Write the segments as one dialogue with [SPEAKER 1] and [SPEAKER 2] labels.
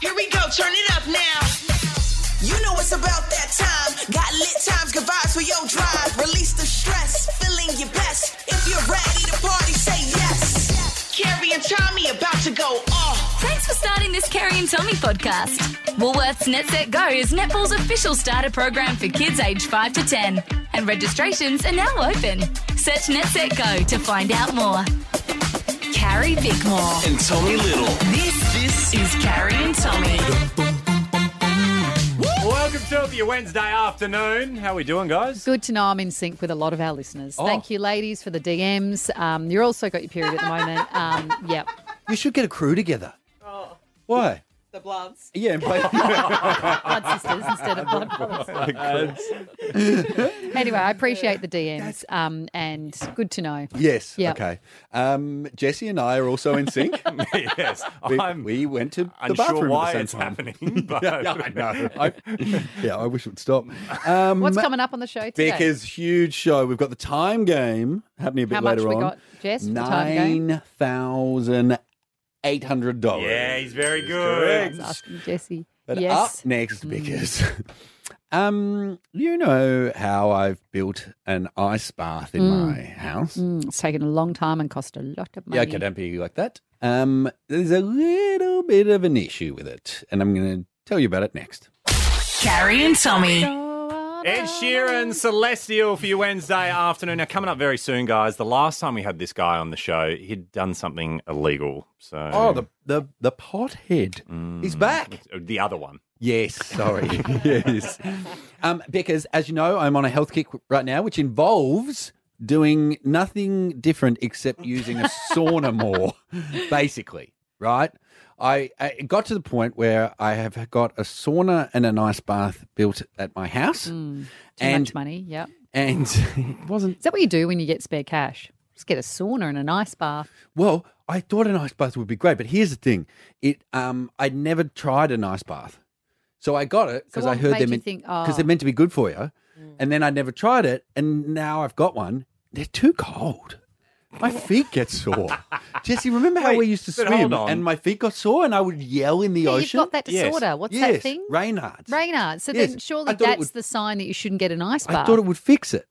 [SPEAKER 1] Here we go, turn it up now. You know it's about that time. Got lit times, good vibes for your drive. Release the stress, feeling your best. If you're ready to party, say yes. Carrie and Tommy about to go off.
[SPEAKER 2] Thanks for starting this Carrie and Tommy podcast. Woolworths NetSet Go is Netball's official starter program for kids aged 5 to 10, and registrations are now open. Search NetSet Go to find out more. Carrie Bickmore.
[SPEAKER 3] and Tommy Little.
[SPEAKER 2] This, this is Carrie and Tommy.
[SPEAKER 4] Welcome to your Wednesday afternoon. How we doing, guys?
[SPEAKER 5] Good to know I'm in sync with a lot of our listeners.
[SPEAKER 6] Oh.
[SPEAKER 5] Thank you, ladies, for the DMs. Um, you're also got your period at the moment. Um, yep.
[SPEAKER 6] You should get a crew together.
[SPEAKER 5] Oh.
[SPEAKER 6] Why?
[SPEAKER 7] The bloods.
[SPEAKER 6] Yeah, and play.
[SPEAKER 5] Blood sisters instead of blood brothers. Anyway, I appreciate the DMs um, and good to know.
[SPEAKER 6] yes.
[SPEAKER 5] Yeah.
[SPEAKER 6] Okay. Um, Jesse and I are also in sync.
[SPEAKER 4] yes,
[SPEAKER 6] we,
[SPEAKER 4] I'm
[SPEAKER 6] we went to the
[SPEAKER 4] unsure
[SPEAKER 6] bathroom
[SPEAKER 4] why
[SPEAKER 6] at the same
[SPEAKER 4] it's
[SPEAKER 6] time.
[SPEAKER 4] happening, but
[SPEAKER 6] Yeah, I know. I- yeah, I wish it would stop. Um,
[SPEAKER 5] What's coming up on the show today?
[SPEAKER 6] Becca's huge show. We've got the time game happening a bit
[SPEAKER 5] How much
[SPEAKER 6] later
[SPEAKER 5] we
[SPEAKER 6] on.
[SPEAKER 5] got, Jess, for the time game?
[SPEAKER 6] Nine thousand eight hundred dollars.
[SPEAKER 4] yeah, he's very good.
[SPEAKER 5] Let's ask you, Jesse.
[SPEAKER 6] But
[SPEAKER 5] yes. Mm.
[SPEAKER 6] up next, because um, you know how I've built an ice bath in my house.
[SPEAKER 5] Mm, it's taken a long time and cost a lot of money.
[SPEAKER 6] Yeah, okay, don't be like that. Um, there's a little bit of an issue with it, and I'm going to tell you about it next.
[SPEAKER 2] Carrie and Tommy.
[SPEAKER 4] Ed Sheeran, Celestial for your Wednesday afternoon. Now, coming up very soon, guys. The last time we had this guy on the show, he'd done something illegal. So,
[SPEAKER 6] Oh, the the the pothead. Mm. He's back.
[SPEAKER 4] the other one.
[SPEAKER 6] Yes, sorry. yes. Um, because as you know, I'm on a health kick right now, which involves doing nothing different except using a sauna more, basically, right? I, I it got to the point where I have got a sauna and an ice bath built at my house,
[SPEAKER 5] Mm. Too
[SPEAKER 6] and
[SPEAKER 5] much money. Yep.
[SPEAKER 6] and it wasn't
[SPEAKER 5] Is that what you do when you get spare cash? Just get a sauna and an ice bath.
[SPEAKER 6] well. I thought an ice bath would be great, but here's the thing: it um, I'd never tried an ice bath, so I got it because I
[SPEAKER 5] what
[SPEAKER 6] heard
[SPEAKER 5] made
[SPEAKER 6] they're
[SPEAKER 5] you
[SPEAKER 6] meant
[SPEAKER 5] think,
[SPEAKER 6] because
[SPEAKER 5] "Oh." Mm.
[SPEAKER 6] they're meant to be good for you, and then I never tried it, and now I've got one. They're too cold. My feet get sore. Jesse, remember how
[SPEAKER 4] Wait,
[SPEAKER 6] we used to
[SPEAKER 4] but hold
[SPEAKER 6] swim
[SPEAKER 4] on.
[SPEAKER 6] and my feet got sore, and I would yell in the
[SPEAKER 5] Yeah, you've
[SPEAKER 6] ocean.
[SPEAKER 5] got that
[SPEAKER 4] Yes.
[SPEAKER 5] disorder. What's
[SPEAKER 6] yes,
[SPEAKER 5] that thing?
[SPEAKER 6] Reinhardt.
[SPEAKER 5] Raynar. So
[SPEAKER 6] Yes.
[SPEAKER 5] then surely
[SPEAKER 6] I thought it
[SPEAKER 5] that's
[SPEAKER 6] would-
[SPEAKER 5] the sign that you shouldn't get an ice
[SPEAKER 6] I
[SPEAKER 5] bath.
[SPEAKER 6] thought it would fix it,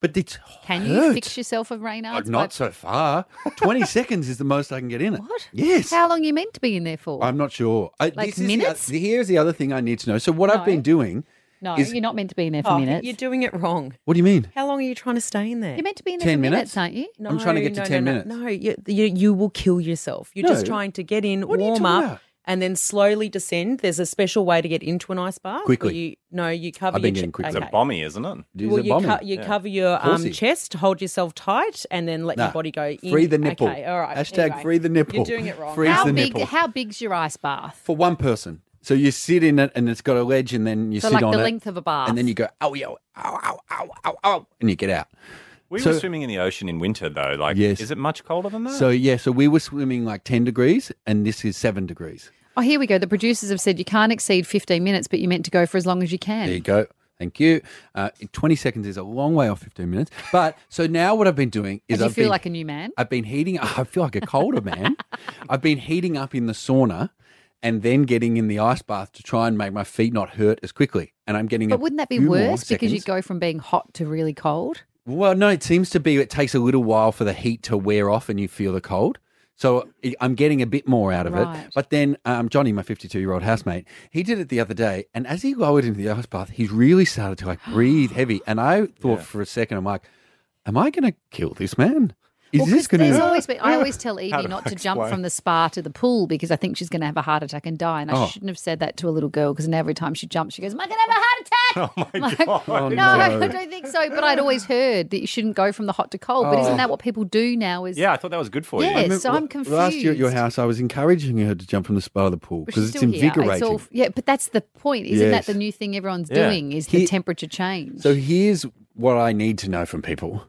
[SPEAKER 6] but it's
[SPEAKER 5] Can you
[SPEAKER 6] hurt.
[SPEAKER 5] fix yourself of
[SPEAKER 6] Uh,
[SPEAKER 5] Raynard's?
[SPEAKER 6] Not so far. Twenty seconds is the most I can get in it.
[SPEAKER 5] What?
[SPEAKER 6] Yes.
[SPEAKER 5] How long you meant to be in there for?
[SPEAKER 6] I'm not sure. I,
[SPEAKER 5] Like
[SPEAKER 6] this is the
[SPEAKER 5] minutes?
[SPEAKER 6] oth- here's the other thing I need to know. So what I've
[SPEAKER 5] No.
[SPEAKER 6] been doing.
[SPEAKER 5] no,
[SPEAKER 6] is-
[SPEAKER 5] you're not meant to be in there for
[SPEAKER 7] Oh,
[SPEAKER 5] minutes.
[SPEAKER 7] You're
[SPEAKER 5] You're,
[SPEAKER 7] doing it wrong.
[SPEAKER 6] What do you mean?
[SPEAKER 7] How long are you trying to stay in there?
[SPEAKER 5] meant to be in there
[SPEAKER 6] 10
[SPEAKER 5] for minutes,
[SPEAKER 6] minutes?
[SPEAKER 5] aren't you?
[SPEAKER 7] No,
[SPEAKER 6] I'm trying to get to
[SPEAKER 7] no,
[SPEAKER 6] 10
[SPEAKER 7] no,
[SPEAKER 6] minutes.
[SPEAKER 7] No, no you, you, you will kill yourself. You're just
[SPEAKER 6] No.
[SPEAKER 7] trying to get in,
[SPEAKER 6] What are you
[SPEAKER 7] warm
[SPEAKER 6] talking
[SPEAKER 7] up,
[SPEAKER 6] about?
[SPEAKER 7] and then slowly descend. There's a special way to get into an ice bath. where
[SPEAKER 6] Quickly.
[SPEAKER 7] You, no, you cover
[SPEAKER 6] I've been
[SPEAKER 7] your
[SPEAKER 6] getting quickly.
[SPEAKER 4] It's
[SPEAKER 7] Okay.
[SPEAKER 4] a bommy, isn't it?
[SPEAKER 6] Do
[SPEAKER 7] well,
[SPEAKER 6] the
[SPEAKER 7] you,
[SPEAKER 6] bombing.
[SPEAKER 7] co- you cover your um,
[SPEAKER 6] Horsey.
[SPEAKER 7] chest, hold yourself tight, and then let
[SPEAKER 6] Nah.
[SPEAKER 7] your body go in.
[SPEAKER 6] Free the nipple.
[SPEAKER 7] Okay, all right.
[SPEAKER 6] Hashtag
[SPEAKER 7] anyway.
[SPEAKER 6] free the nipple.
[SPEAKER 7] You're doing it wrong.
[SPEAKER 6] Freeze
[SPEAKER 5] How
[SPEAKER 6] the
[SPEAKER 5] big?
[SPEAKER 6] nipple.
[SPEAKER 5] How big's your ice bath?
[SPEAKER 6] For one person. So you sit in it and it's got a ledge and then you
[SPEAKER 5] So
[SPEAKER 6] sit
[SPEAKER 5] like
[SPEAKER 6] on
[SPEAKER 5] the
[SPEAKER 6] it.
[SPEAKER 5] length of a bath.
[SPEAKER 6] and then you go, "Oh, ow, yo, ow, ow, ow, ow, ow, and you get out.
[SPEAKER 4] We
[SPEAKER 6] So-
[SPEAKER 4] were swimming in the ocean in winter, though. Like,
[SPEAKER 6] Yes.
[SPEAKER 4] is it much colder than that?
[SPEAKER 6] So, yeah, so we were swimming like 10 degrees and this is seven degrees.
[SPEAKER 5] Oh, here we go. The producers have said you can't exceed 15 minutes, but you're meant to go for as long as you can.
[SPEAKER 6] There you go. Thank you. Uh, 20 seconds is a long way off 15 minutes. But so now what I've been doing is
[SPEAKER 5] And you
[SPEAKER 6] I've
[SPEAKER 5] feel
[SPEAKER 6] been,
[SPEAKER 5] like a new man?
[SPEAKER 6] I've been heating. I feel like a colder man. I've been heating up in the sauna, and then getting in the ice bath to try and make my feet not hurt as quickly. And I'm getting. a
[SPEAKER 5] But wouldn't that be
[SPEAKER 6] few more
[SPEAKER 5] worse because you
[SPEAKER 6] seconds.
[SPEAKER 5] go from being hot to really cold?
[SPEAKER 6] Well, no. It seems to be. It takes a little while for the heat to wear off, and you feel the cold. So I- I'm getting a bit more out of
[SPEAKER 5] Right.
[SPEAKER 6] it. But then um, Johnny, my 52 year old housemate, he did it the other day, and as he lowered into the ice bath, he's really started to like breathe heavy. And I thought for a second, I'm like, am I going to kill this man? Is
[SPEAKER 5] Well,
[SPEAKER 6] this
[SPEAKER 5] 'cause
[SPEAKER 6] going
[SPEAKER 5] there's
[SPEAKER 6] to?
[SPEAKER 5] always been, I always tell Evie
[SPEAKER 4] do
[SPEAKER 5] not
[SPEAKER 4] I
[SPEAKER 5] to jump
[SPEAKER 4] explain?
[SPEAKER 5] from the spa to the pool because I think she's going to have a heart attack and die. And I
[SPEAKER 6] Oh.
[SPEAKER 5] shouldn't have said that to a little girl because now every time she jumps, she goes, "Am I going to have a heart attack?"
[SPEAKER 4] oh my
[SPEAKER 5] Like,
[SPEAKER 4] god!
[SPEAKER 6] Oh,
[SPEAKER 5] no, I don't think so. But I'd always heard that you shouldn't go from the hot to cold. But isn't that what people do now? Is
[SPEAKER 4] Yeah, I thought that was good for
[SPEAKER 5] Yeah,
[SPEAKER 4] you.
[SPEAKER 5] so I'm
[SPEAKER 6] Well, Last year at your
[SPEAKER 5] confused.
[SPEAKER 6] house, I was encouraging her to jump from the spa to the pool
[SPEAKER 5] But
[SPEAKER 6] because
[SPEAKER 5] she's
[SPEAKER 6] it's
[SPEAKER 5] still here.
[SPEAKER 6] invigorating.
[SPEAKER 5] all, yeah, but that's the point. Isn't
[SPEAKER 6] Yes.
[SPEAKER 5] that the new thing everyone's
[SPEAKER 4] Yeah.
[SPEAKER 5] doing? Is
[SPEAKER 6] He-
[SPEAKER 5] the temperature change?
[SPEAKER 6] So here's what I need to know from people.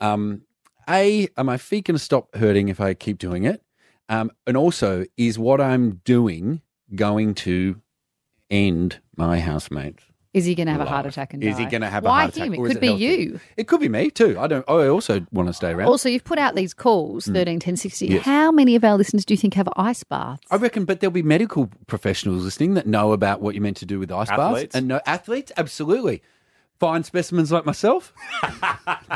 [SPEAKER 6] Um, A, are my feet going to stop hurting if I keep doing it? Um, and also, is what I'm doing going to end my housemates?
[SPEAKER 5] Is he going to have a heart
[SPEAKER 6] Life.
[SPEAKER 5] attack and
[SPEAKER 6] Is he
[SPEAKER 5] die?
[SPEAKER 6] going to have
[SPEAKER 5] Why
[SPEAKER 6] a heart
[SPEAKER 5] him?
[SPEAKER 6] attack?
[SPEAKER 5] It
[SPEAKER 6] or is
[SPEAKER 5] could be
[SPEAKER 6] healthy?
[SPEAKER 5] you.
[SPEAKER 6] It could be me too. I don't. I also want to stay around.
[SPEAKER 5] Also, you've put out these calls, 13, 10, 60.
[SPEAKER 6] Hmm. Yes.
[SPEAKER 5] How many of our listeners do you think have ice baths?
[SPEAKER 6] I reckon, but there'll be medical professionals listening that know about what you're meant to do with ice
[SPEAKER 4] Athletes?
[SPEAKER 6] baths and know athletes. Absolutely, fine specimens like myself.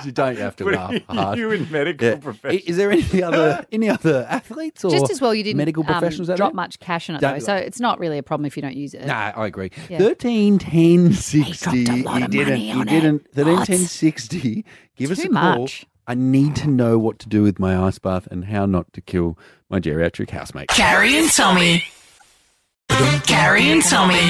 [SPEAKER 6] you don't have to laugh hard.
[SPEAKER 4] you in medical
[SPEAKER 6] Yeah. I-
[SPEAKER 4] profession.
[SPEAKER 6] Is there any other any other Uh, athletes or
[SPEAKER 5] Just as well you didn't
[SPEAKER 6] medical
[SPEAKER 5] um,
[SPEAKER 6] professionals out
[SPEAKER 5] drop
[SPEAKER 6] there?
[SPEAKER 5] much cash on it, though.
[SPEAKER 6] Don't
[SPEAKER 5] So it's not really a problem if you don't use it.
[SPEAKER 6] Nah, I agree.
[SPEAKER 5] Yeah.
[SPEAKER 6] Thirteen ten sixty.
[SPEAKER 5] He dropped a lot
[SPEAKER 6] You
[SPEAKER 5] of
[SPEAKER 6] didn't.
[SPEAKER 5] money
[SPEAKER 6] You
[SPEAKER 5] on
[SPEAKER 6] didn't.
[SPEAKER 5] it.
[SPEAKER 6] Thirteen
[SPEAKER 5] Lots.
[SPEAKER 6] ten sixty. Give us
[SPEAKER 5] Too
[SPEAKER 6] a call.
[SPEAKER 5] much.
[SPEAKER 6] I need to know what to do with my ice bath and how not to kill my geriatric housemate.
[SPEAKER 1] Carrie and Tommy. Carrie and Tommy.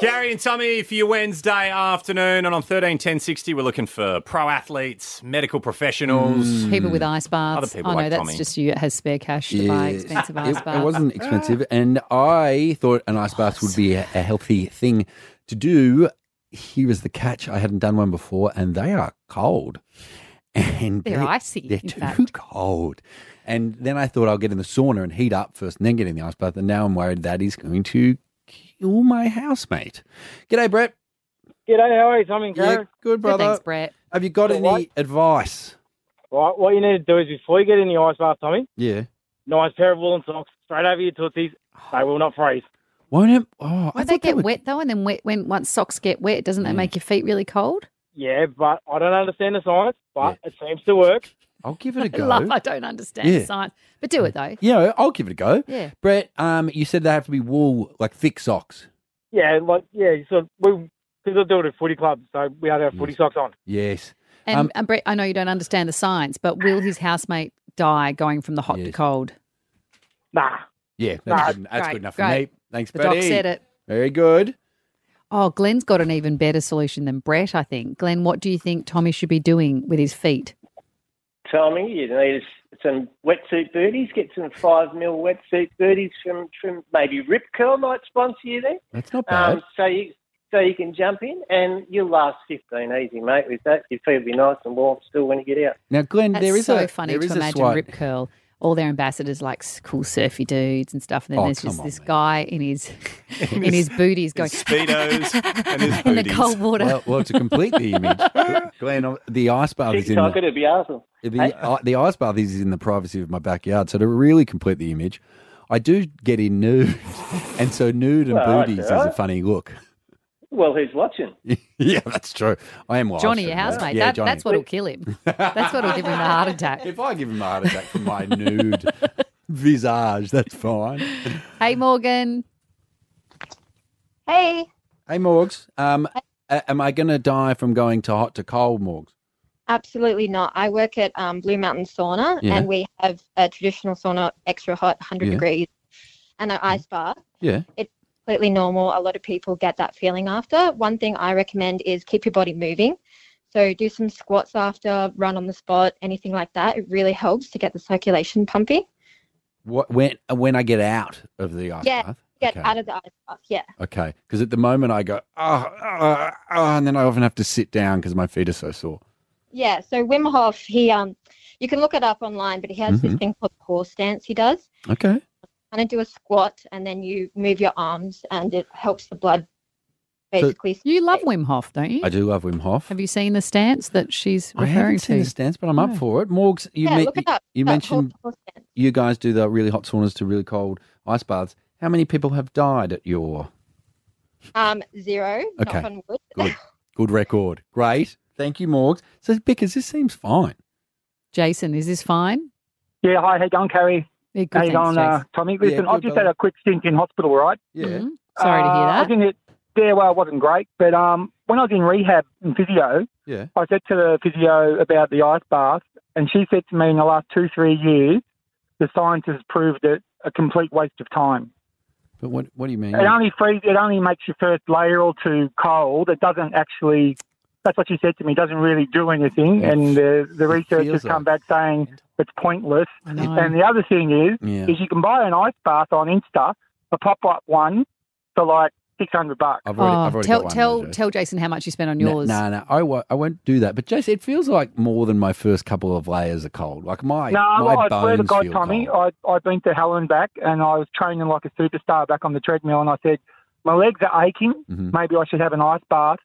[SPEAKER 4] Gary and Tommy for your Wednesday afternoon. And on 13 10 60, we're looking for pro athletes, medical professionals.
[SPEAKER 5] Hmm. Mm. People with ice baths.
[SPEAKER 4] people
[SPEAKER 5] oh, no,
[SPEAKER 4] like
[SPEAKER 5] that's
[SPEAKER 4] Tommy.
[SPEAKER 5] just you that has spare cash to buy
[SPEAKER 6] Yes.
[SPEAKER 5] expensive
[SPEAKER 6] It-
[SPEAKER 5] ice
[SPEAKER 6] it,
[SPEAKER 5] baths.
[SPEAKER 6] wasn't expensive, and I thought an ice bath would be a, a healthy thing to do. Here is the catch: I hadn't done one before, and they are cold, and
[SPEAKER 5] They're icy,
[SPEAKER 6] They're
[SPEAKER 5] in
[SPEAKER 6] too
[SPEAKER 5] fact.
[SPEAKER 6] cold. And then I thought I'll get in the sauna and heat up first, and then get in the ice bath. And now I'm worried that is going to kill my housemate. G'day, Brett.
[SPEAKER 3] G'day, how are you, Tommy and Karen?
[SPEAKER 6] good
[SPEAKER 5] Good,
[SPEAKER 6] brother.
[SPEAKER 5] thanks, Brett.
[SPEAKER 6] Have you got
[SPEAKER 3] All
[SPEAKER 6] any
[SPEAKER 3] right.
[SPEAKER 6] advice?
[SPEAKER 3] Right, what you need to do is before you get in the ice bath, Tommy,
[SPEAKER 6] Yeah.
[SPEAKER 3] nice pair of woolen socks straight over your tootsies.
[SPEAKER 6] Oh.
[SPEAKER 3] They will not freeze.
[SPEAKER 6] Won't it? Oh, I
[SPEAKER 5] Won't they
[SPEAKER 6] thought they
[SPEAKER 5] get
[SPEAKER 6] were- Hmm.
[SPEAKER 5] wet though? And then wet, when once socks get wet, doesn't that make your feet really cold?
[SPEAKER 3] Yeah, but I don't understand the science, but it seems to work.
[SPEAKER 6] I'll give it a
[SPEAKER 5] I
[SPEAKER 6] go.
[SPEAKER 5] love. I don't understand
[SPEAKER 6] Yeah.
[SPEAKER 5] science, but do it though.
[SPEAKER 6] Yeah, I'll give it a go.
[SPEAKER 5] Yeah.
[SPEAKER 6] Brett, um, you said they have to be wool, like thick socks.
[SPEAKER 3] Yeah, like, yeah, so we, because I do it at footy club, so we had our footy socks on.
[SPEAKER 6] Yes.
[SPEAKER 5] And,
[SPEAKER 6] Um,
[SPEAKER 5] and Brett, I know you don't understand the science, but will his housemate die going from the hot to
[SPEAKER 6] Yes.
[SPEAKER 5] cold?
[SPEAKER 3] Nah.
[SPEAKER 6] Yeah, that's,
[SPEAKER 3] Nah,
[SPEAKER 6] good, that's
[SPEAKER 5] great,
[SPEAKER 6] good enough
[SPEAKER 5] great.
[SPEAKER 6] for me. Thanks,
[SPEAKER 5] The
[SPEAKER 6] buddy.
[SPEAKER 5] doc said it.
[SPEAKER 6] Very good.
[SPEAKER 5] Oh, Glenn's got an even better solution than Brett, I think. Glenn, what do you think Tommy should be doing with his feet?
[SPEAKER 8] Tommy, you need some wetsuit booties. Get some five mil wetsuit booties from, from maybe Rip Curl might sponsor you there.
[SPEAKER 6] That's not bad.
[SPEAKER 8] Um, so you so you can jump in and you'll last fifteen easy, mate. With that, your feet will be nice and warm still when you get out.
[SPEAKER 6] now, Glenn,
[SPEAKER 5] That's
[SPEAKER 6] there is
[SPEAKER 5] so
[SPEAKER 6] a
[SPEAKER 5] funny
[SPEAKER 6] there
[SPEAKER 5] to
[SPEAKER 6] is a
[SPEAKER 5] imagine
[SPEAKER 6] swipe-
[SPEAKER 5] Rip Curl. All their ambassadors like s- cool surfy dudes and stuff, and then
[SPEAKER 6] Oh,
[SPEAKER 5] there's just
[SPEAKER 6] come on,
[SPEAKER 5] this
[SPEAKER 6] mate.
[SPEAKER 5] guy in his in his booties going
[SPEAKER 4] Speedos and his
[SPEAKER 5] in the
[SPEAKER 4] booties.
[SPEAKER 5] cold water.
[SPEAKER 6] Well, well, to complete the image, Glenn, uh, the ice bath is in
[SPEAKER 8] TikTok,
[SPEAKER 6] the,
[SPEAKER 8] it'd be awesome.
[SPEAKER 6] the, uh, the ice bath is in the privacy of my backyard. So to really complete the image, I do get in nude, and so nude and
[SPEAKER 8] Well,
[SPEAKER 6] booties is
[SPEAKER 8] that's
[SPEAKER 6] a funny look.
[SPEAKER 8] Well, who's watching?
[SPEAKER 6] yeah, that's true. I am wild.
[SPEAKER 5] Johnny, your
[SPEAKER 6] shouldn't I?
[SPEAKER 5] housemate.
[SPEAKER 6] Yeah,
[SPEAKER 5] that,
[SPEAKER 6] Johnny.
[SPEAKER 5] That's what'll kill him. That's what'll give him the heart attack.
[SPEAKER 6] If I give him a heart attack from my nude visage, that's fine.
[SPEAKER 5] Hey, Morgan.
[SPEAKER 9] Hey,
[SPEAKER 6] Hey, Morgs. Um, a- am I going to die from going to hot to cold, Morgs?
[SPEAKER 9] absolutely not. I work at um, Blue Mountain Sauna,
[SPEAKER 6] Yeah.
[SPEAKER 9] and we have a traditional sauna, extra hot, 100
[SPEAKER 6] Yeah. Mm-hmm.
[SPEAKER 9] degrees, and an ice bath.
[SPEAKER 6] Yeah.
[SPEAKER 9] Completely normal. A lot of people get that feeling after. One thing I recommend is keep your body moving. So do some squats after, run on the spot, anything like that. It really helps to get the circulation pumping.
[SPEAKER 6] What when uh, when I get out of the ice
[SPEAKER 9] Yeah,
[SPEAKER 6] bath?
[SPEAKER 9] Get
[SPEAKER 6] okay.
[SPEAKER 9] out of the ice bath. Yeah.
[SPEAKER 6] Okay, because at the moment I go oh, oh, oh, and then I often have to sit down because my feet are so sore.
[SPEAKER 9] Yeah, so Wim Hof, he um, you can look it up online, but he has
[SPEAKER 6] Mm-hmm.
[SPEAKER 9] this thing called core stance. He does
[SPEAKER 6] Okay,
[SPEAKER 9] kind of do a squat, and then you move your arms, and it helps the blood
[SPEAKER 6] So-
[SPEAKER 9] basically.
[SPEAKER 5] You love Wim Hof, don't you?
[SPEAKER 6] I do love Wim Hof.
[SPEAKER 5] Have you seen the stance that she's
[SPEAKER 6] I haven't
[SPEAKER 5] referring
[SPEAKER 6] seen
[SPEAKER 5] to?
[SPEAKER 6] the stance, but I'm up
[SPEAKER 5] No.
[SPEAKER 6] for it. Morgs, you
[SPEAKER 9] yeah,
[SPEAKER 6] me-
[SPEAKER 9] look it up.
[SPEAKER 6] you
[SPEAKER 9] Look up
[SPEAKER 6] mentioned
[SPEAKER 9] core- core stance.
[SPEAKER 6] you guys do the really hot saunas to really cold ice baths. How many people have died at your
[SPEAKER 9] um zero.
[SPEAKER 6] Okay.
[SPEAKER 9] Knock on wood.
[SPEAKER 6] good good record? Great, thank you, Morgs. So, because this seems fine.
[SPEAKER 5] Jason, is this fine?
[SPEAKER 3] Yeah, hi, how you going, Carrie?
[SPEAKER 5] Yeah, good,
[SPEAKER 3] How you
[SPEAKER 5] thanks,
[SPEAKER 3] going,
[SPEAKER 5] Jason.
[SPEAKER 3] uh, Tommy?
[SPEAKER 6] Yeah,
[SPEAKER 3] Listen,
[SPEAKER 6] good,
[SPEAKER 3] I've just
[SPEAKER 6] brother.
[SPEAKER 3] had a quick stint in hospital, all right?
[SPEAKER 6] Yeah.
[SPEAKER 5] Mhm. Sorry
[SPEAKER 3] Uh, I
[SPEAKER 5] to hear that.
[SPEAKER 3] think it, yeah, well, it wasn't great, but um, when I was in rehab and physio,
[SPEAKER 6] Yeah.
[SPEAKER 3] I said to the physio about the ice bath, and she said to me in the last two, three years, the science has proved it a complete waste of time.
[SPEAKER 6] But what what do you mean?
[SPEAKER 3] It only frees, it only makes your first layer or two cold. It doesn't actually. That's what she said to me. It doesn't really do anything,
[SPEAKER 6] Yeah.
[SPEAKER 3] and the the research has
[SPEAKER 6] feels
[SPEAKER 3] come
[SPEAKER 6] like-
[SPEAKER 3] back saying it's pointless.
[SPEAKER 5] I know.
[SPEAKER 3] And the other thing is,
[SPEAKER 6] Yeah.
[SPEAKER 3] is you can buy an ice bath on Insta, a pop up one, for like six hundred bucks.
[SPEAKER 6] I've already,
[SPEAKER 5] Oh,
[SPEAKER 6] I've already
[SPEAKER 5] tell
[SPEAKER 6] got one,
[SPEAKER 5] tell
[SPEAKER 6] Joe.
[SPEAKER 5] tell Jason how much you spent on
[SPEAKER 6] No,
[SPEAKER 5] yours.
[SPEAKER 6] No, no, I, won't, I won't do that. But Jason, it feels like more than my first couple of layers are cold. Like my
[SPEAKER 3] No,
[SPEAKER 6] my
[SPEAKER 3] I
[SPEAKER 6] bones
[SPEAKER 3] swear to God,
[SPEAKER 6] feel
[SPEAKER 3] Tommy,
[SPEAKER 6] cold.
[SPEAKER 3] I, I've been to hell and back, and I was training like a superstar back on the treadmill, and I said, my legs are aching.
[SPEAKER 6] Mhm.
[SPEAKER 3] Maybe I should have an ice bath.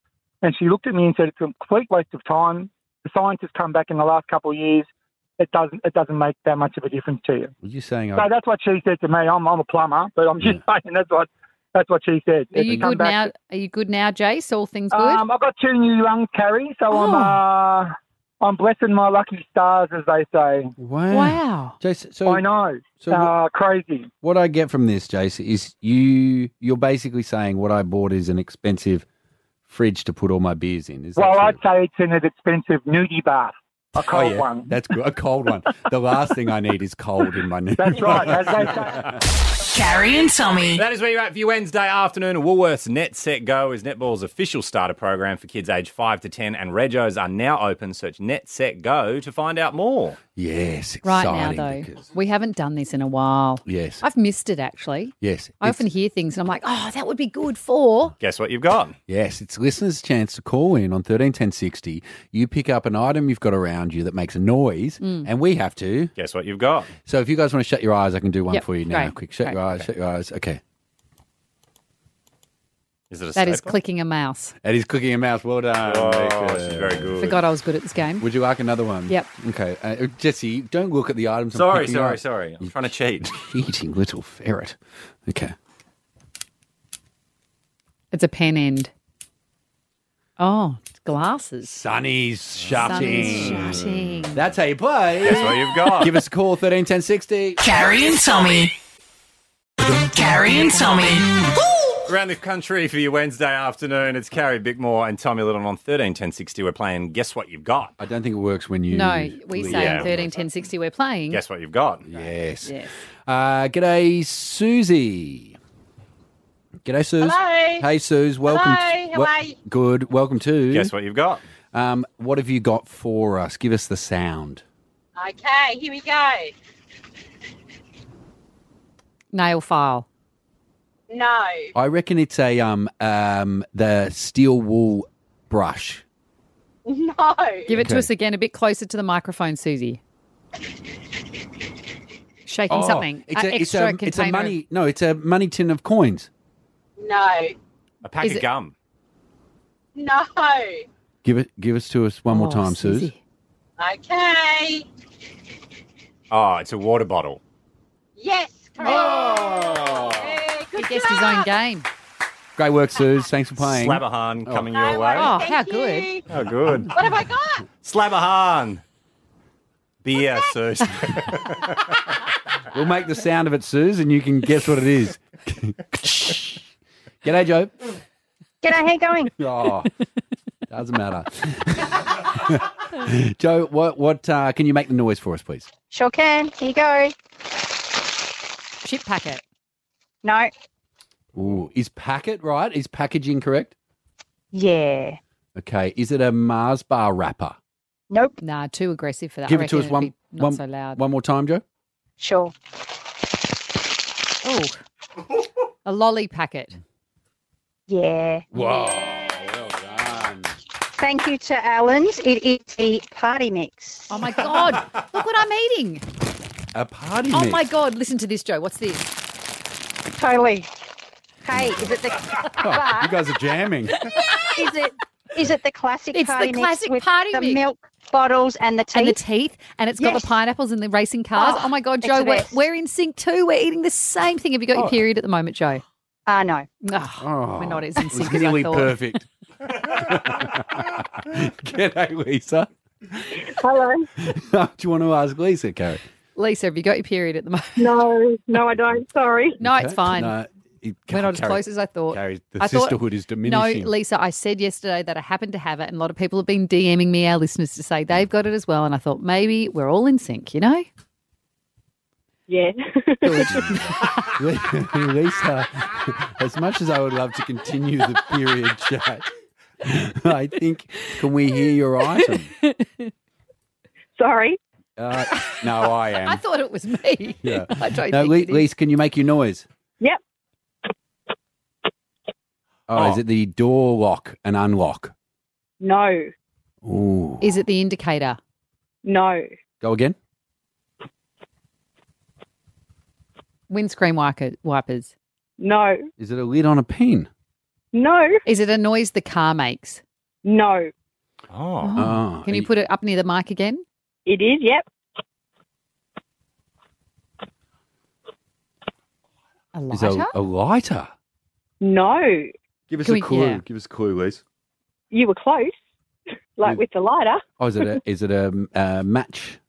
[SPEAKER 3] And she looked at me and said, it's a complete waste of time. The science has come back in the last couple of years. It doesn't, it doesn't make that much of a difference to you.
[SPEAKER 6] Were you saying?
[SPEAKER 3] So
[SPEAKER 6] I,
[SPEAKER 3] that's what she said to me. I'm, I'm a plumber, but I'm just saying that's what, that's what she said.
[SPEAKER 5] Are
[SPEAKER 3] It's
[SPEAKER 5] you
[SPEAKER 3] come
[SPEAKER 5] good
[SPEAKER 3] back-
[SPEAKER 5] now? Are you good now, Jace? All things good? Oh.
[SPEAKER 3] Um, I've got two new lungs, Carrie, so I'm, uh, I'm blessing my lucky stars, as they say.
[SPEAKER 6] wow.
[SPEAKER 5] wow.
[SPEAKER 6] Jace, so
[SPEAKER 3] I know.
[SPEAKER 6] so
[SPEAKER 3] uh, crazy.
[SPEAKER 6] what I get from this, Jace, is you you're basically saying what I bought is an expensive fridge to put all my beers in. Is that
[SPEAKER 3] Well,
[SPEAKER 6] true?
[SPEAKER 3] I'd say it's in an expensive nudie bath, a
[SPEAKER 6] Oh,
[SPEAKER 3] cold
[SPEAKER 6] yeah.
[SPEAKER 3] one.
[SPEAKER 6] That's good. A cold one. The last thing I need is cold in my
[SPEAKER 3] That's right. As they say.
[SPEAKER 1] Carrie and Tommy.
[SPEAKER 4] That is where you're at for your Wednesday afternoon. Woolworths Net Set Go is Netball's official starter program for kids aged 5 to 10, and Regos are now open. Search Net Set Go to find out more.
[SPEAKER 6] Yes,
[SPEAKER 5] Right
[SPEAKER 6] exciting.
[SPEAKER 5] now, though,
[SPEAKER 6] because-
[SPEAKER 5] we haven't done this in a while.
[SPEAKER 6] yes,
[SPEAKER 5] I've missed it actually.
[SPEAKER 6] yes.
[SPEAKER 5] I
[SPEAKER 6] It's-
[SPEAKER 5] often hear things and I'm like, oh, that would be good for.
[SPEAKER 4] Guess what you've got?
[SPEAKER 6] Yes, it's listeners' chance to call in on thirteen ten sixty. You pick up an item you've got around you that makes a noise,
[SPEAKER 5] Mm.
[SPEAKER 6] and we have to.
[SPEAKER 4] Guess what you've got?
[SPEAKER 6] So, if you guys want to shut your eyes, I can do one
[SPEAKER 5] Yep,
[SPEAKER 6] for you now.
[SPEAKER 5] great,
[SPEAKER 6] Quick, shut
[SPEAKER 5] great,
[SPEAKER 6] your eyes. Shut your eyes. Okay,
[SPEAKER 4] Is it a
[SPEAKER 5] That is
[SPEAKER 4] staple?
[SPEAKER 5] clicking a mouse.
[SPEAKER 6] that is cooking a mouse. Well done.
[SPEAKER 4] Oh,
[SPEAKER 6] Becca.
[SPEAKER 4] she's very good.
[SPEAKER 5] Forgot I was good at this game.
[SPEAKER 6] Would you like another one?
[SPEAKER 5] Yep.
[SPEAKER 6] Okay, uh, Jesse, don't look at the items. I'm
[SPEAKER 4] Sorry,
[SPEAKER 6] picking
[SPEAKER 4] sorry,
[SPEAKER 6] up.
[SPEAKER 4] sorry. I'm trying to cheat.
[SPEAKER 6] Cheating little ferret. Okay.
[SPEAKER 5] It's a pen end. Oh, it's glasses.
[SPEAKER 6] Sunny's
[SPEAKER 5] Sun is
[SPEAKER 6] shutting.
[SPEAKER 5] shutting.
[SPEAKER 6] That's how you play.
[SPEAKER 4] Guess what you've got?
[SPEAKER 6] Give us a call, 13 10 60.
[SPEAKER 1] Carrie and Tommy. Carrie and Tommy.
[SPEAKER 4] Around the country for your Wednesday afternoon, it's Carrie Bickmore and Tommy Little on 13 10 60. We're playing Guess What You've Got.
[SPEAKER 6] I don't think it works when you.
[SPEAKER 5] No, we
[SPEAKER 6] Mm.
[SPEAKER 5] say
[SPEAKER 4] Yeah.
[SPEAKER 5] on 13, 10, 60 we're playing.
[SPEAKER 4] Guess What You've Got.
[SPEAKER 6] Yes.
[SPEAKER 5] Yes.
[SPEAKER 6] Uh, g'day, Susie. G'day, Suze.
[SPEAKER 10] Hello.
[SPEAKER 6] Hey, Suze. Welcome.
[SPEAKER 10] Hello,
[SPEAKER 6] To,
[SPEAKER 10] how are you?
[SPEAKER 6] Good. Welcome to.
[SPEAKER 4] Guess what you've got?
[SPEAKER 6] Um, what have you got for us? Give us the sound.
[SPEAKER 10] Okay, here we go.
[SPEAKER 5] Nail file.
[SPEAKER 10] No,
[SPEAKER 6] I reckon it's a um um the steel wool brush.
[SPEAKER 10] no.
[SPEAKER 5] Give it to
[SPEAKER 6] Okay.
[SPEAKER 5] us again a bit closer to the microphone, Susie. Shaking
[SPEAKER 4] Oh.
[SPEAKER 5] something.
[SPEAKER 6] Oh, It's
[SPEAKER 5] Uh,
[SPEAKER 6] a, it's
[SPEAKER 5] extra
[SPEAKER 6] a,
[SPEAKER 5] container.
[SPEAKER 6] it's a money. No, it's a money tin of coins.
[SPEAKER 10] No,
[SPEAKER 4] A pack
[SPEAKER 5] Is
[SPEAKER 4] of
[SPEAKER 5] it-
[SPEAKER 4] gum.
[SPEAKER 10] no.
[SPEAKER 6] Give it. Give us to us one more
[SPEAKER 5] Oh,
[SPEAKER 6] time, Suze.
[SPEAKER 5] Susie.
[SPEAKER 10] Okay.
[SPEAKER 4] Oh, it's a water bottle.
[SPEAKER 10] Yes, correct.
[SPEAKER 6] Oh.
[SPEAKER 10] Yeah,
[SPEAKER 5] He
[SPEAKER 10] good
[SPEAKER 5] guessed his own
[SPEAKER 10] job.
[SPEAKER 5] game.
[SPEAKER 6] Great work, Suze. Thanks for playing.
[SPEAKER 4] Slabberhan coming
[SPEAKER 10] No
[SPEAKER 4] your way.
[SPEAKER 10] worries,
[SPEAKER 5] Oh,
[SPEAKER 10] thank
[SPEAKER 5] how
[SPEAKER 10] you.
[SPEAKER 5] good.
[SPEAKER 4] Oh, good.
[SPEAKER 10] What have I got?
[SPEAKER 4] Slabberhan. Beer, Suze.
[SPEAKER 6] We'll make the sound of it, Suze, and you can guess what it is. G'day, Joe.
[SPEAKER 9] G'day, how you going?
[SPEAKER 6] Oh, doesn't matter. Joe, what what uh, can you make the noise for us, please?
[SPEAKER 9] Sure can. Here you go.
[SPEAKER 5] Chip packet.
[SPEAKER 9] No.
[SPEAKER 6] Ooh, is packet right? Is packaging correct?
[SPEAKER 9] Yeah.
[SPEAKER 6] Okay. Is it a Mars bar wrapper?
[SPEAKER 9] Nope.
[SPEAKER 5] Nah, too aggressive for that.
[SPEAKER 6] Give
[SPEAKER 5] I
[SPEAKER 6] it to
[SPEAKER 5] reckon
[SPEAKER 6] us
[SPEAKER 5] it'd
[SPEAKER 6] one
[SPEAKER 5] be Not
[SPEAKER 6] one-
[SPEAKER 5] so loud.
[SPEAKER 6] one more time, Joe.
[SPEAKER 9] Sure.
[SPEAKER 5] Oh. A lolly packet.
[SPEAKER 9] Yeah.
[SPEAKER 6] Whoa. Well done.
[SPEAKER 10] Thank you to Alan's. It is the party mix.
[SPEAKER 5] Oh my God. Look what I'm eating.
[SPEAKER 6] A party
[SPEAKER 5] Oh
[SPEAKER 6] mix.
[SPEAKER 5] my God. Listen to this, Joe. What's this?
[SPEAKER 10] Totally. Hey, is it the
[SPEAKER 6] Oh, you guys are jamming.
[SPEAKER 10] is it is it the classic
[SPEAKER 5] It's the
[SPEAKER 10] party mix
[SPEAKER 5] classic
[SPEAKER 10] with
[SPEAKER 5] party
[SPEAKER 10] the
[SPEAKER 5] mix.
[SPEAKER 10] milk bottles and the tea?
[SPEAKER 5] And the teeth. And it's got
[SPEAKER 10] Yes.
[SPEAKER 5] the pineapples and the racing cars.
[SPEAKER 10] Oh,
[SPEAKER 5] Oh, my God,
[SPEAKER 10] it's
[SPEAKER 5] Joe.
[SPEAKER 10] the
[SPEAKER 5] We're,
[SPEAKER 10] best.
[SPEAKER 5] we're in sync too. We're eating the same thing. Have you got
[SPEAKER 10] Oh.
[SPEAKER 5] your period at the moment, Joe?
[SPEAKER 10] Ah, no.
[SPEAKER 5] Oh,
[SPEAKER 6] Oh,
[SPEAKER 5] we're not as in
[SPEAKER 6] it was
[SPEAKER 5] sync as I
[SPEAKER 6] nearly
[SPEAKER 5] thought.
[SPEAKER 6] perfect. G'day, Lisa.
[SPEAKER 10] Hello.
[SPEAKER 6] Do you want to ask Lisa, Carrie?
[SPEAKER 5] Lisa, have you got your period at the moment?
[SPEAKER 10] No, no, I don't. Sorry.
[SPEAKER 5] No,
[SPEAKER 6] Okay.
[SPEAKER 5] it's fine.
[SPEAKER 6] No, it-
[SPEAKER 5] We're not as
[SPEAKER 6] Carrie-
[SPEAKER 5] close as I thought.
[SPEAKER 6] Carrie, the
[SPEAKER 5] I thought-
[SPEAKER 6] sisterhood is diminishing.
[SPEAKER 5] No, Lisa, I said yesterday that I happened to have it, and a lot of people have been DMing me, our listeners, to say they've got it as well. And I thought maybe we're all in sync, you know?
[SPEAKER 10] Yeah.
[SPEAKER 6] Lisa, as much as I would love to continue the period chat, I think can we hear your item?
[SPEAKER 10] Sorry.
[SPEAKER 6] Uh, no, I am.
[SPEAKER 5] I thought it was me.
[SPEAKER 6] Yeah.
[SPEAKER 5] I don't
[SPEAKER 6] no,
[SPEAKER 5] think
[SPEAKER 6] Le-
[SPEAKER 5] it is.
[SPEAKER 6] Lisa, can you make your noise?
[SPEAKER 10] Yep.
[SPEAKER 6] Oh,
[SPEAKER 4] Oh.
[SPEAKER 6] is it the door lock and unlock?
[SPEAKER 10] No.
[SPEAKER 6] Ooh.
[SPEAKER 5] Is it the indicator?
[SPEAKER 10] No.
[SPEAKER 6] Go again.
[SPEAKER 5] Windscreen wiper- wipers.
[SPEAKER 11] No.
[SPEAKER 6] Is it a lid on a pin?
[SPEAKER 11] No.
[SPEAKER 5] Is it a noise the car makes?
[SPEAKER 11] No.
[SPEAKER 6] Oh.
[SPEAKER 5] Can you put it up near the mic again?
[SPEAKER 11] It is, yep.
[SPEAKER 5] A
[SPEAKER 6] Is it
[SPEAKER 5] lighter?
[SPEAKER 6] a, a lighter?
[SPEAKER 11] No.
[SPEAKER 6] Give us
[SPEAKER 11] Can
[SPEAKER 6] a
[SPEAKER 11] we-
[SPEAKER 6] clue.
[SPEAKER 11] yeah.
[SPEAKER 6] Give us a clue, Liz.
[SPEAKER 11] You were close, like with the lighter.
[SPEAKER 6] Oh, is it a, is it a, a match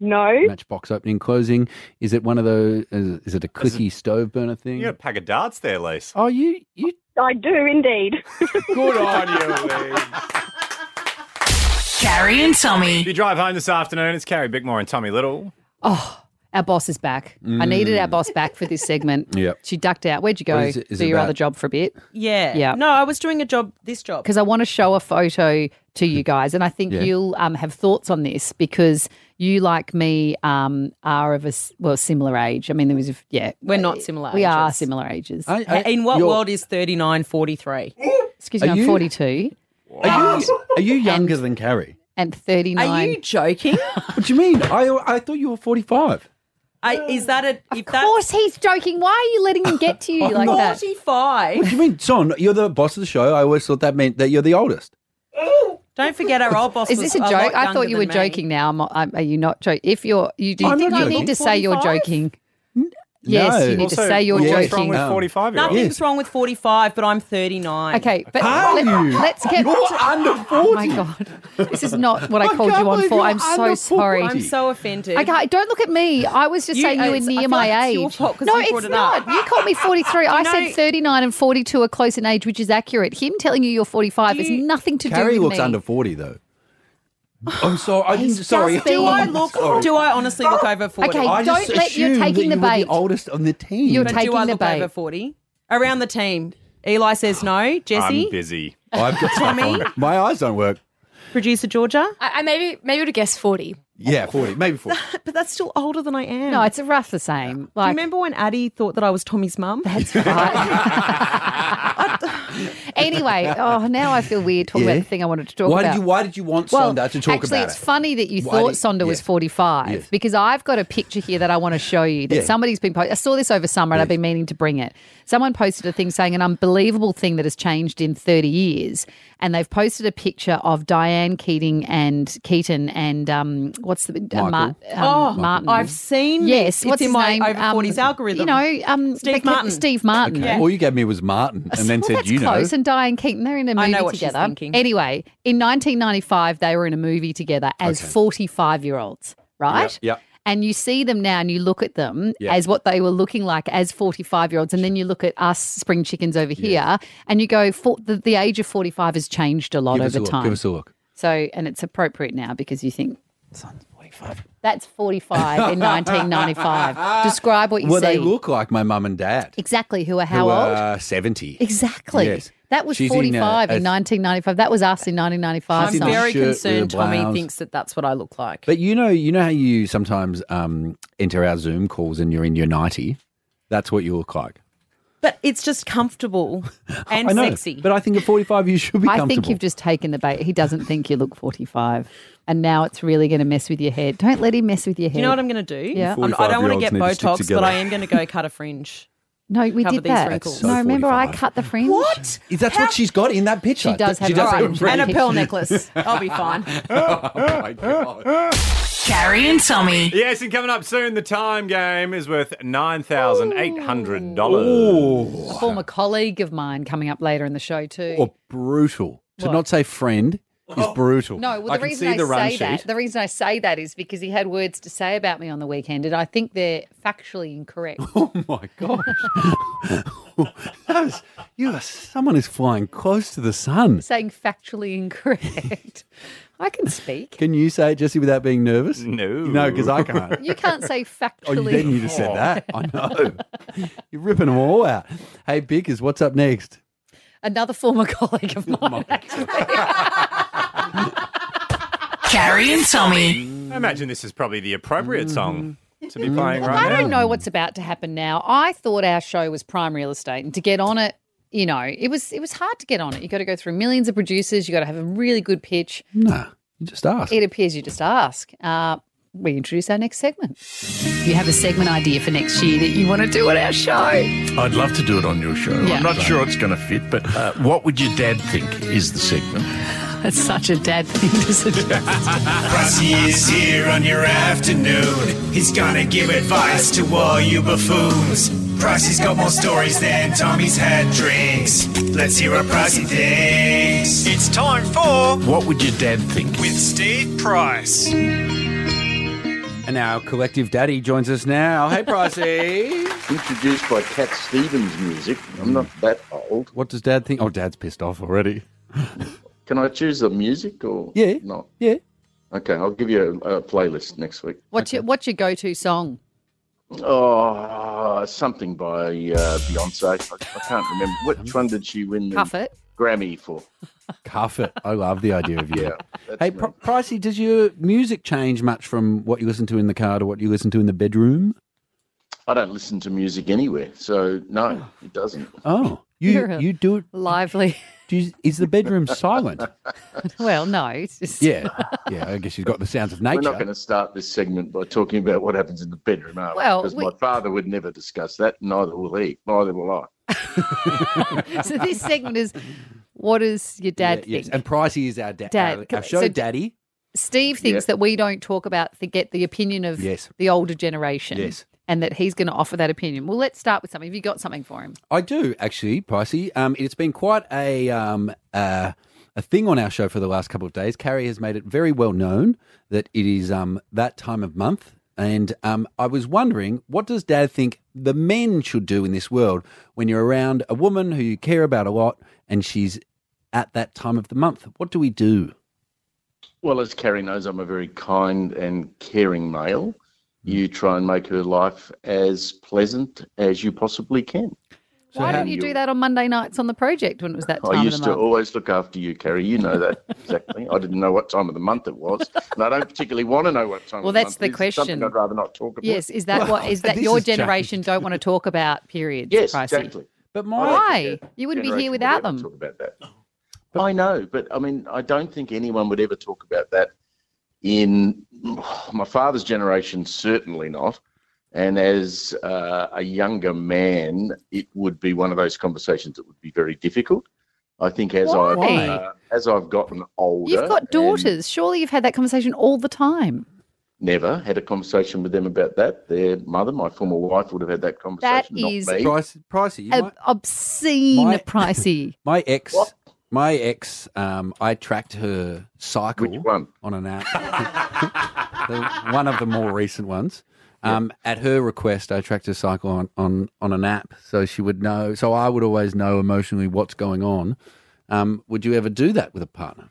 [SPEAKER 11] No.
[SPEAKER 6] matchbox opening closing? Is it one of those? Is, is it a clicky stove burner thing?
[SPEAKER 4] You got a pack of darts there, Lise.
[SPEAKER 6] Oh, you you.
[SPEAKER 11] I do indeed.
[SPEAKER 4] Good on you, Lee.
[SPEAKER 2] Carrie and Tommy.
[SPEAKER 4] If you drive home this afternoon, it's Carrie Bickmore and Tommy Little.
[SPEAKER 5] Oh, our boss is back. I needed our boss back for this segment.
[SPEAKER 4] Yep.
[SPEAKER 5] She ducked out. Where'd you go?
[SPEAKER 6] Mm. What is it- is
[SPEAKER 5] Do
[SPEAKER 6] it
[SPEAKER 5] your other
[SPEAKER 6] that-
[SPEAKER 5] job for a bit?
[SPEAKER 7] Yeah.
[SPEAKER 5] Yeah.
[SPEAKER 7] No, I was doing a job, this job.
[SPEAKER 5] because I want to show a photo to
[SPEAKER 6] Hmm.
[SPEAKER 5] you guys, and I think
[SPEAKER 7] Yeah.
[SPEAKER 5] you'll um, have thoughts on this because you, like me, um, are of a s- well similar age. I mean, there was a, f- yeah,
[SPEAKER 7] We're not similar
[SPEAKER 5] We are
[SPEAKER 7] ages.
[SPEAKER 5] similar ages.
[SPEAKER 7] In what world is 39, 43?
[SPEAKER 5] Excuse me,
[SPEAKER 7] Are
[SPEAKER 5] I'm
[SPEAKER 7] you-
[SPEAKER 5] 42
[SPEAKER 6] Are you,
[SPEAKER 7] Ah.
[SPEAKER 6] are you younger than Carrie?
[SPEAKER 5] and 39.
[SPEAKER 7] Are you joking?
[SPEAKER 6] What do you mean? I I thought you were forty five.
[SPEAKER 7] I, is that a. Of
[SPEAKER 5] course he's joking. Why are you letting him get to you
[SPEAKER 6] I'm
[SPEAKER 5] like
[SPEAKER 6] not.
[SPEAKER 5] that?
[SPEAKER 7] 45.
[SPEAKER 6] What do you mean, Son? You're the boss of the show. I always thought that meant that you're the oldest.
[SPEAKER 7] Don't forget our old boss
[SPEAKER 5] Is this a
[SPEAKER 7] was lot
[SPEAKER 5] joke? I
[SPEAKER 7] younger
[SPEAKER 5] thought you were
[SPEAKER 7] than me.
[SPEAKER 5] joking. Now, I'm, I'm, are you not joking? If you're, you
[SPEAKER 7] Do
[SPEAKER 5] do,
[SPEAKER 7] you
[SPEAKER 5] you,
[SPEAKER 7] think I'm
[SPEAKER 5] need
[SPEAKER 7] joking?
[SPEAKER 5] to say you're
[SPEAKER 7] 45?
[SPEAKER 5] joking. Yes,
[SPEAKER 6] No.
[SPEAKER 5] you need to say you're
[SPEAKER 6] what's
[SPEAKER 5] joking.
[SPEAKER 6] wrong with 45 -year-olds?
[SPEAKER 7] Nothing's
[SPEAKER 6] Yes. Um,
[SPEAKER 7] wrong with 45, but I'm 39.
[SPEAKER 5] Okay, but
[SPEAKER 7] Are
[SPEAKER 5] let,
[SPEAKER 7] you?
[SPEAKER 5] us get.
[SPEAKER 7] You're
[SPEAKER 6] under 40. Oh
[SPEAKER 5] my God. This is not what I
[SPEAKER 7] I
[SPEAKER 5] called
[SPEAKER 7] can't
[SPEAKER 5] you on
[SPEAKER 7] believe
[SPEAKER 5] for.
[SPEAKER 7] you're
[SPEAKER 5] I'm so
[SPEAKER 7] under 40.
[SPEAKER 5] sorry.
[SPEAKER 7] I'm so offended.
[SPEAKER 5] Okay, don't look at me. I was just
[SPEAKER 7] You-
[SPEAKER 5] saying you were
[SPEAKER 7] it's- I
[SPEAKER 5] near
[SPEAKER 7] feel
[SPEAKER 5] my
[SPEAKER 7] like it's
[SPEAKER 5] age.
[SPEAKER 7] your fault 'cause
[SPEAKER 5] no,
[SPEAKER 7] you brought
[SPEAKER 5] it's
[SPEAKER 7] it
[SPEAKER 5] not.
[SPEAKER 7] up.
[SPEAKER 5] You called me 43. I
[SPEAKER 7] You know-
[SPEAKER 5] said 39 and 42 are close in age, which is accurate. Him telling you you're 45 is nothing to
[SPEAKER 6] Carrie
[SPEAKER 5] do with
[SPEAKER 6] looks
[SPEAKER 5] me.
[SPEAKER 6] under forty though. I'm sorry. I'm sorry.
[SPEAKER 5] just being- Do I
[SPEAKER 7] look-
[SPEAKER 6] Sorry.
[SPEAKER 7] do I honestly look over 40?
[SPEAKER 5] Okay,
[SPEAKER 6] I just
[SPEAKER 5] don't let you're
[SPEAKER 6] assumed
[SPEAKER 5] taking
[SPEAKER 6] that
[SPEAKER 5] the
[SPEAKER 6] you were
[SPEAKER 5] bait.
[SPEAKER 6] the oldest on the team.
[SPEAKER 5] You're
[SPEAKER 7] but
[SPEAKER 5] taking
[SPEAKER 7] do I
[SPEAKER 5] the
[SPEAKER 7] look
[SPEAKER 5] bait.
[SPEAKER 7] over 40? Around the team. Eli says no. Jesse?
[SPEAKER 4] I'm busy.
[SPEAKER 6] I've got stuff
[SPEAKER 7] Tommy?
[SPEAKER 6] on. My eyes don't work.
[SPEAKER 7] Producer Georgia?
[SPEAKER 12] I, I maybe maybe would have guessed forty.
[SPEAKER 6] Yeah, forty, maybe forty.
[SPEAKER 7] But that's still older than I am.
[SPEAKER 5] No, it's rough the same.
[SPEAKER 7] Do you
[SPEAKER 5] Like,
[SPEAKER 7] remember when Addie thought that I was Tommy's mum?
[SPEAKER 5] That's anyway, oh, now I feel weird talking
[SPEAKER 6] Yeah.
[SPEAKER 5] about the thing I wanted to talk
[SPEAKER 6] why
[SPEAKER 5] about.
[SPEAKER 6] did you Why did you want
[SPEAKER 5] well,
[SPEAKER 6] Sonda to talk
[SPEAKER 5] actually,
[SPEAKER 6] about
[SPEAKER 5] it's
[SPEAKER 6] it?
[SPEAKER 5] funny that you
[SPEAKER 6] Why
[SPEAKER 5] thought
[SPEAKER 6] did-
[SPEAKER 5] Sonda was 45
[SPEAKER 6] Yes.
[SPEAKER 5] because I've got a picture here that I want to show you that
[SPEAKER 6] Yeah.
[SPEAKER 5] somebody's been posting. I saw this over summer and I've been meaning to bring it. Someone posted a thing saying an unbelievable thing that has changed in 30 years. And they've posted a picture of Diane Keating and Keaton and um, what's the uh, Mar-
[SPEAKER 7] Michael.
[SPEAKER 5] um,
[SPEAKER 7] Oh,
[SPEAKER 5] Martin.
[SPEAKER 7] I've seen
[SPEAKER 5] Yes,
[SPEAKER 7] this. It's
[SPEAKER 5] what's
[SPEAKER 7] in
[SPEAKER 5] his
[SPEAKER 7] my
[SPEAKER 5] name?
[SPEAKER 7] over 40s algorithm.
[SPEAKER 5] You know, um,
[SPEAKER 7] Steve
[SPEAKER 5] they kept-
[SPEAKER 7] Martin.
[SPEAKER 5] Steve Martin.
[SPEAKER 6] Okay. All you gave me was Martin, and then said,
[SPEAKER 5] That's
[SPEAKER 6] "You know."
[SPEAKER 5] close. And Diane Keaton, they're in a
[SPEAKER 7] I
[SPEAKER 5] movie
[SPEAKER 7] know what she's
[SPEAKER 5] together.
[SPEAKER 7] thinking.
[SPEAKER 5] Anyway, in 1995, they were in a movie together as
[SPEAKER 7] Okay.
[SPEAKER 5] 45 year olds, right?
[SPEAKER 6] Yep.
[SPEAKER 5] And you see them now and you look at them
[SPEAKER 6] Yeah.
[SPEAKER 5] as what they were looking like as 45 year olds. And then you look at us spring chickens over here and you go, for, the, the age of 45 has changed a lot
[SPEAKER 6] Give us
[SPEAKER 5] over
[SPEAKER 6] a look,
[SPEAKER 5] time.
[SPEAKER 6] Give us a look.
[SPEAKER 5] So, and it's appropriate now because you think, son's 45. That's 45 in 1995. Describe what you
[SPEAKER 6] well,
[SPEAKER 5] see.
[SPEAKER 6] they look like my mum and dad.
[SPEAKER 5] exactly who are how
[SPEAKER 6] who
[SPEAKER 5] old?
[SPEAKER 6] Are Seventy.
[SPEAKER 5] Exactly.
[SPEAKER 6] Yes.
[SPEAKER 5] That was
[SPEAKER 6] She's in a-
[SPEAKER 5] 45 in,
[SPEAKER 6] a-
[SPEAKER 5] 1995. That was us in 1995.
[SPEAKER 7] I'm
[SPEAKER 6] in a
[SPEAKER 7] very
[SPEAKER 6] shirt with a
[SPEAKER 7] concerned Tommy
[SPEAKER 6] blouse.
[SPEAKER 7] thinks that that's what I look like.
[SPEAKER 6] But you know, you know how you sometimes um, enter our Zoom calls and you're in your ninety. That's what you look like.
[SPEAKER 7] But it's just comfortable and
[SPEAKER 6] I know,
[SPEAKER 7] sexy.
[SPEAKER 6] But I think at forty-five, you should be
[SPEAKER 5] I
[SPEAKER 6] comfortable.
[SPEAKER 5] think you've just taken the bait. He doesn't think you look 45. And now it's really going to mess with your head. Don't let him mess with your head.
[SPEAKER 7] Do you know what I'm going to do?
[SPEAKER 5] Yeah.
[SPEAKER 7] I'm- I don't want to
[SPEAKER 6] 45-year-olds
[SPEAKER 7] get
[SPEAKER 6] need to
[SPEAKER 7] Botox,
[SPEAKER 6] stick
[SPEAKER 7] but
[SPEAKER 6] together.
[SPEAKER 7] I am going to go cut a fringe.
[SPEAKER 5] No, we
[SPEAKER 7] cover
[SPEAKER 5] did
[SPEAKER 7] these
[SPEAKER 5] that.
[SPEAKER 7] wrinkles.
[SPEAKER 5] no,
[SPEAKER 7] So
[SPEAKER 5] remember I cut the fringe. What?
[SPEAKER 6] Is That's what she's got in that picture.
[SPEAKER 5] She does have a fringe.
[SPEAKER 6] fringe.
[SPEAKER 5] And a pearl
[SPEAKER 7] necklace. I'll be fine.
[SPEAKER 6] oh my god.
[SPEAKER 2] Carrie and Tommy.
[SPEAKER 4] Yes, and coming up soon, the time game is worth nine thousand eight hundred
[SPEAKER 6] Ooh.
[SPEAKER 4] dollars.
[SPEAKER 5] A former colleague of mine coming up later in the show, too.
[SPEAKER 6] Or brutal. To
[SPEAKER 5] What? Oh.
[SPEAKER 6] not say friend is brutal.
[SPEAKER 5] No, well, the reason I say that, the reason I say that is because he had words to say about me on the weekend, and I think they're factually incorrect.
[SPEAKER 6] my Oh, gosh. that was, you are someone who's flying close to the sun.
[SPEAKER 5] Saying factually incorrect. I can speak.
[SPEAKER 6] Can you say it, Jesse, without being nervous? No. No, because I can't.
[SPEAKER 5] You can't say
[SPEAKER 6] Oh,
[SPEAKER 5] factually.
[SPEAKER 6] then you just said that. I know. You're ripping them all out. Hey, Bickers, what's up next?
[SPEAKER 5] Another former colleague of mine.
[SPEAKER 2] Carrie and Tommy.
[SPEAKER 4] I imagine this is probably the appropriate song to be playing right
[SPEAKER 5] Mm. I
[SPEAKER 4] now.
[SPEAKER 5] don't know what's about to happen now. I thought our show was prime real estate, and to get on it, you know, it was it was hard to get on it. You got to go through millions of producers. You got to have a really good pitch.
[SPEAKER 6] No, you just asked.
[SPEAKER 5] It appears you just ask. Uh, we introduce our next segment. You have a segment idea for next year that you want to do on our show.
[SPEAKER 13] I'd love to do it on your show.
[SPEAKER 5] Yeah.
[SPEAKER 13] I'm not sure it's going to fit, but uh, what would your dad think is the segment?
[SPEAKER 5] That's such a dad thing to suggest.
[SPEAKER 14] Rossi is here on your afternoon. He's gonna give advice to all you buffoons. Pricey's got more stories than Tommy's had drinks. Let's hear what Pricey thinks. It's time for
[SPEAKER 13] What would your dad think?
[SPEAKER 14] with Steve Price.
[SPEAKER 6] And our collective daddy joins us now. Oh, Hey, Pricey.
[SPEAKER 15] Introduced by Cat Stevens music. I'm not that old.
[SPEAKER 6] What does Dad think? Oh, Dad's pissed off already.
[SPEAKER 15] Can I choose the music or
[SPEAKER 6] Yeah.
[SPEAKER 15] not?
[SPEAKER 6] Yeah.
[SPEAKER 15] Okay, I'll give you a, a playlist next week.
[SPEAKER 5] What's your what's your go to song?
[SPEAKER 15] Oh, something by uh, Beyonce. I, I can't remember. Which one did she win the
[SPEAKER 5] Cuff it.
[SPEAKER 15] Grammy for?
[SPEAKER 6] Cuff it. I love the idea of you.
[SPEAKER 15] That's
[SPEAKER 6] Hey, Pri Pricey, does your music change much from what you listen to in the car to what you listen to in the bedroom?
[SPEAKER 15] I don't listen to music anywhere, so no, it doesn't.
[SPEAKER 6] Oh, you
[SPEAKER 5] You're a
[SPEAKER 6] you do it.
[SPEAKER 5] Lively.
[SPEAKER 6] Do you, is the bedroom silent?
[SPEAKER 5] well, no, it's just
[SPEAKER 6] Yeah, yeah. I guess you've got the sounds of
[SPEAKER 15] We're not
[SPEAKER 6] nature.
[SPEAKER 15] going to start this segment by talking about what happens in the bedroom, are we?
[SPEAKER 5] Well,
[SPEAKER 15] because
[SPEAKER 5] we-
[SPEAKER 15] my father would never discuss that. Neither will he. Neither will I.
[SPEAKER 5] so this segment is what does your dad
[SPEAKER 6] Yeah, yes.
[SPEAKER 5] think?
[SPEAKER 6] And Pricey is our dad.
[SPEAKER 5] Dad,
[SPEAKER 6] Our,
[SPEAKER 5] can-
[SPEAKER 6] our show
[SPEAKER 5] so-
[SPEAKER 6] daddy.
[SPEAKER 5] Steve thinks
[SPEAKER 6] Yeah.
[SPEAKER 5] that we don't talk about the, get the opinion of
[SPEAKER 6] Yes.
[SPEAKER 5] the older generation.
[SPEAKER 6] Yes.
[SPEAKER 5] And that he's going to offer that opinion. Well, let's start with something. Have you got something for him?
[SPEAKER 6] I do actually, Pricey. Um, it's been quite a um, uh, a thing on our show for the last couple of days. Carrie has made it very well known that it is um, that time of month, and um, I was wondering what does Dad think the men should do in this world when you're around a woman who you care about a lot, and she's at that time of the month. What do we do?
[SPEAKER 15] Well, as Carrie knows, I'm a very kind and caring male.
[SPEAKER 6] Hmm.
[SPEAKER 15] You try and make her life as pleasant as you possibly can.
[SPEAKER 5] Why didn't you do that on Monday nights on the project when it was that time
[SPEAKER 15] I
[SPEAKER 5] of
[SPEAKER 15] used
[SPEAKER 5] the
[SPEAKER 15] to
[SPEAKER 5] month?
[SPEAKER 15] always look after you, Carrie. You know that exactly. I didn't know what time of the month it was, and I don't particularly want to know what time.
[SPEAKER 5] Well,
[SPEAKER 15] of the
[SPEAKER 5] that's
[SPEAKER 15] month it
[SPEAKER 5] the
[SPEAKER 15] is. It's
[SPEAKER 5] question.
[SPEAKER 15] Something I'd rather not talk about.
[SPEAKER 5] Yes, is that what is that
[SPEAKER 15] this
[SPEAKER 5] your
[SPEAKER 15] has changed.
[SPEAKER 5] generation don't want to talk about periods?
[SPEAKER 15] Yes,
[SPEAKER 5] Pricey?
[SPEAKER 15] exactly.
[SPEAKER 6] But
[SPEAKER 15] I don't
[SPEAKER 5] why?
[SPEAKER 15] think our
[SPEAKER 5] You wouldn't be
[SPEAKER 15] generation
[SPEAKER 5] here
[SPEAKER 15] would
[SPEAKER 5] without
[SPEAKER 15] ever
[SPEAKER 5] them.
[SPEAKER 15] Talk about that.
[SPEAKER 6] Oh.
[SPEAKER 15] I know, but I mean, I don't think anyone would ever talk about that. In my father's generation, certainly not. And as uh, a younger man, it would be one of those conversations that would be very difficult. I think as I've
[SPEAKER 5] Why?
[SPEAKER 15] uh, as I've gotten older,
[SPEAKER 5] You've got
[SPEAKER 15] and-
[SPEAKER 5] daughters. Surely you've had that conversation all the time.
[SPEAKER 15] Never had a conversation with them about that. Their mother, my former wife, would have had that conversation.
[SPEAKER 5] That
[SPEAKER 15] not
[SPEAKER 5] is
[SPEAKER 15] me.
[SPEAKER 6] Price, pricey. you
[SPEAKER 5] Ob- obscene
[SPEAKER 6] My-
[SPEAKER 5] pricey.
[SPEAKER 6] My ex, my ex, um, I tracked her cycle on an app. The- one of the more recent ones. Um, At her request, I tracked her cycle on, on, on an app, so she would know. So I would always know emotionally what's going on. Um, would you ever do that with a partner?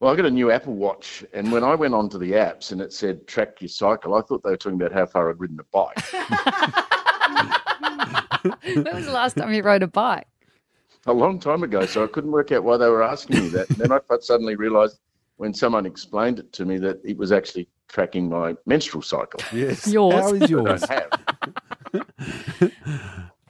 [SPEAKER 15] Well, I got a new Apple Watch, and when I went onto the apps and it said track your cycle, I thought they were talking about how far I'd ridden a bike.
[SPEAKER 5] when was the last time you rode a bike?
[SPEAKER 15] a long time ago, so I couldn't work out why they were asking me that. And then I fu- suddenly realised when someone explained it to me that it was actually tracking my menstrual cycle.
[SPEAKER 6] Yes,
[SPEAKER 5] Yours. How is
[SPEAKER 6] yours?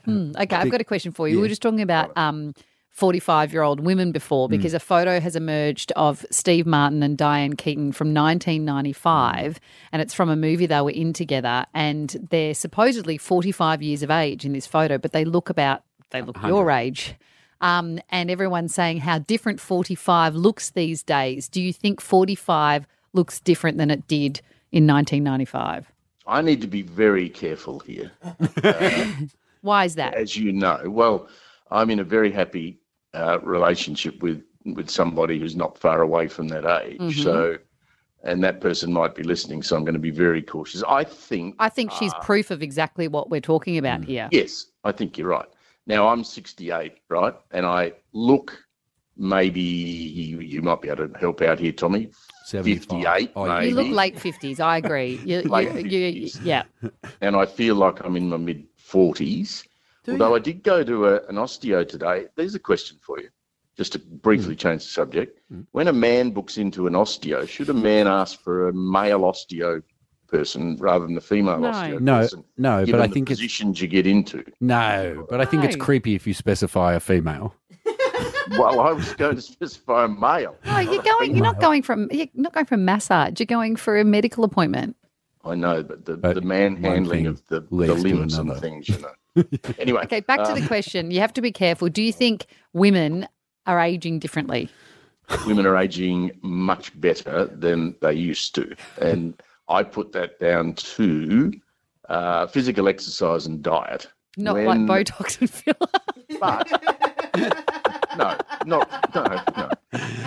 [SPEAKER 5] Hmm, okay, I've
[SPEAKER 15] think-
[SPEAKER 5] got a question for you. We were
[SPEAKER 15] Yeah.
[SPEAKER 5] just talking about um, 45 year old women before because a photo has emerged of Steve Martin and Diane Keaton from 1995, and it's from a movie they were in together. And they're supposedly 45 years of age in this photo, but they look about, they look your age. Um, and everyone's saying how different 45 looks these days. Do you think 45 looks different than it did in 1995?
[SPEAKER 15] I need to be very careful here.
[SPEAKER 5] Why is that?
[SPEAKER 15] as you know, well, I'm in a very happy uh, relationship with with somebody who's not far away from that age.
[SPEAKER 5] Mhm.
[SPEAKER 15] So, and that person might be listening, so I'm going to be very cautious. I think.
[SPEAKER 5] I think she's
[SPEAKER 15] uh, mm,
[SPEAKER 5] proof of exactly what we're talking about here.
[SPEAKER 15] Yes, I think you're right. Now I'm 68, right, and I look maybe you, you might be able to help out here, Tommy. 58, maybe.
[SPEAKER 5] Oh, You look late fifties. I agree. You, you,
[SPEAKER 15] Late
[SPEAKER 5] you, you- yeah.
[SPEAKER 15] and I feel like I'm in my mid 40s. Although I did go to a, an osteo today, there's a question for you, just to
[SPEAKER 6] Mm.
[SPEAKER 15] briefly change the subject. When a man books into an osteo, should a man ask for a male osteo person rather than the female
[SPEAKER 6] No.
[SPEAKER 15] osteo
[SPEAKER 6] No,
[SPEAKER 15] person?
[SPEAKER 6] no, but
[SPEAKER 15] given
[SPEAKER 6] I
[SPEAKER 15] the
[SPEAKER 6] think it's-
[SPEAKER 15] positions you get into.
[SPEAKER 6] No, but I think it's
[SPEAKER 5] No.
[SPEAKER 6] creepy if you specify a female.
[SPEAKER 15] well, I was going to specify a male.
[SPEAKER 5] No, you're going. You're not going for. a- You're not going for a massage. You're going for a medical appointment.
[SPEAKER 15] I know, but the, the manhandling of the, the
[SPEAKER 6] to
[SPEAKER 15] limbs and
[SPEAKER 6] another.
[SPEAKER 15] things, you know. anyway.
[SPEAKER 5] Okay, back to
[SPEAKER 15] um,
[SPEAKER 5] the question. You have to be careful. Do you think women are aging differently?
[SPEAKER 15] women are aging much better than they used to. And I put that down to uh, physical exercise and diet.
[SPEAKER 5] Not
[SPEAKER 15] When-
[SPEAKER 5] like Botox and filler.
[SPEAKER 15] No, not, no, no,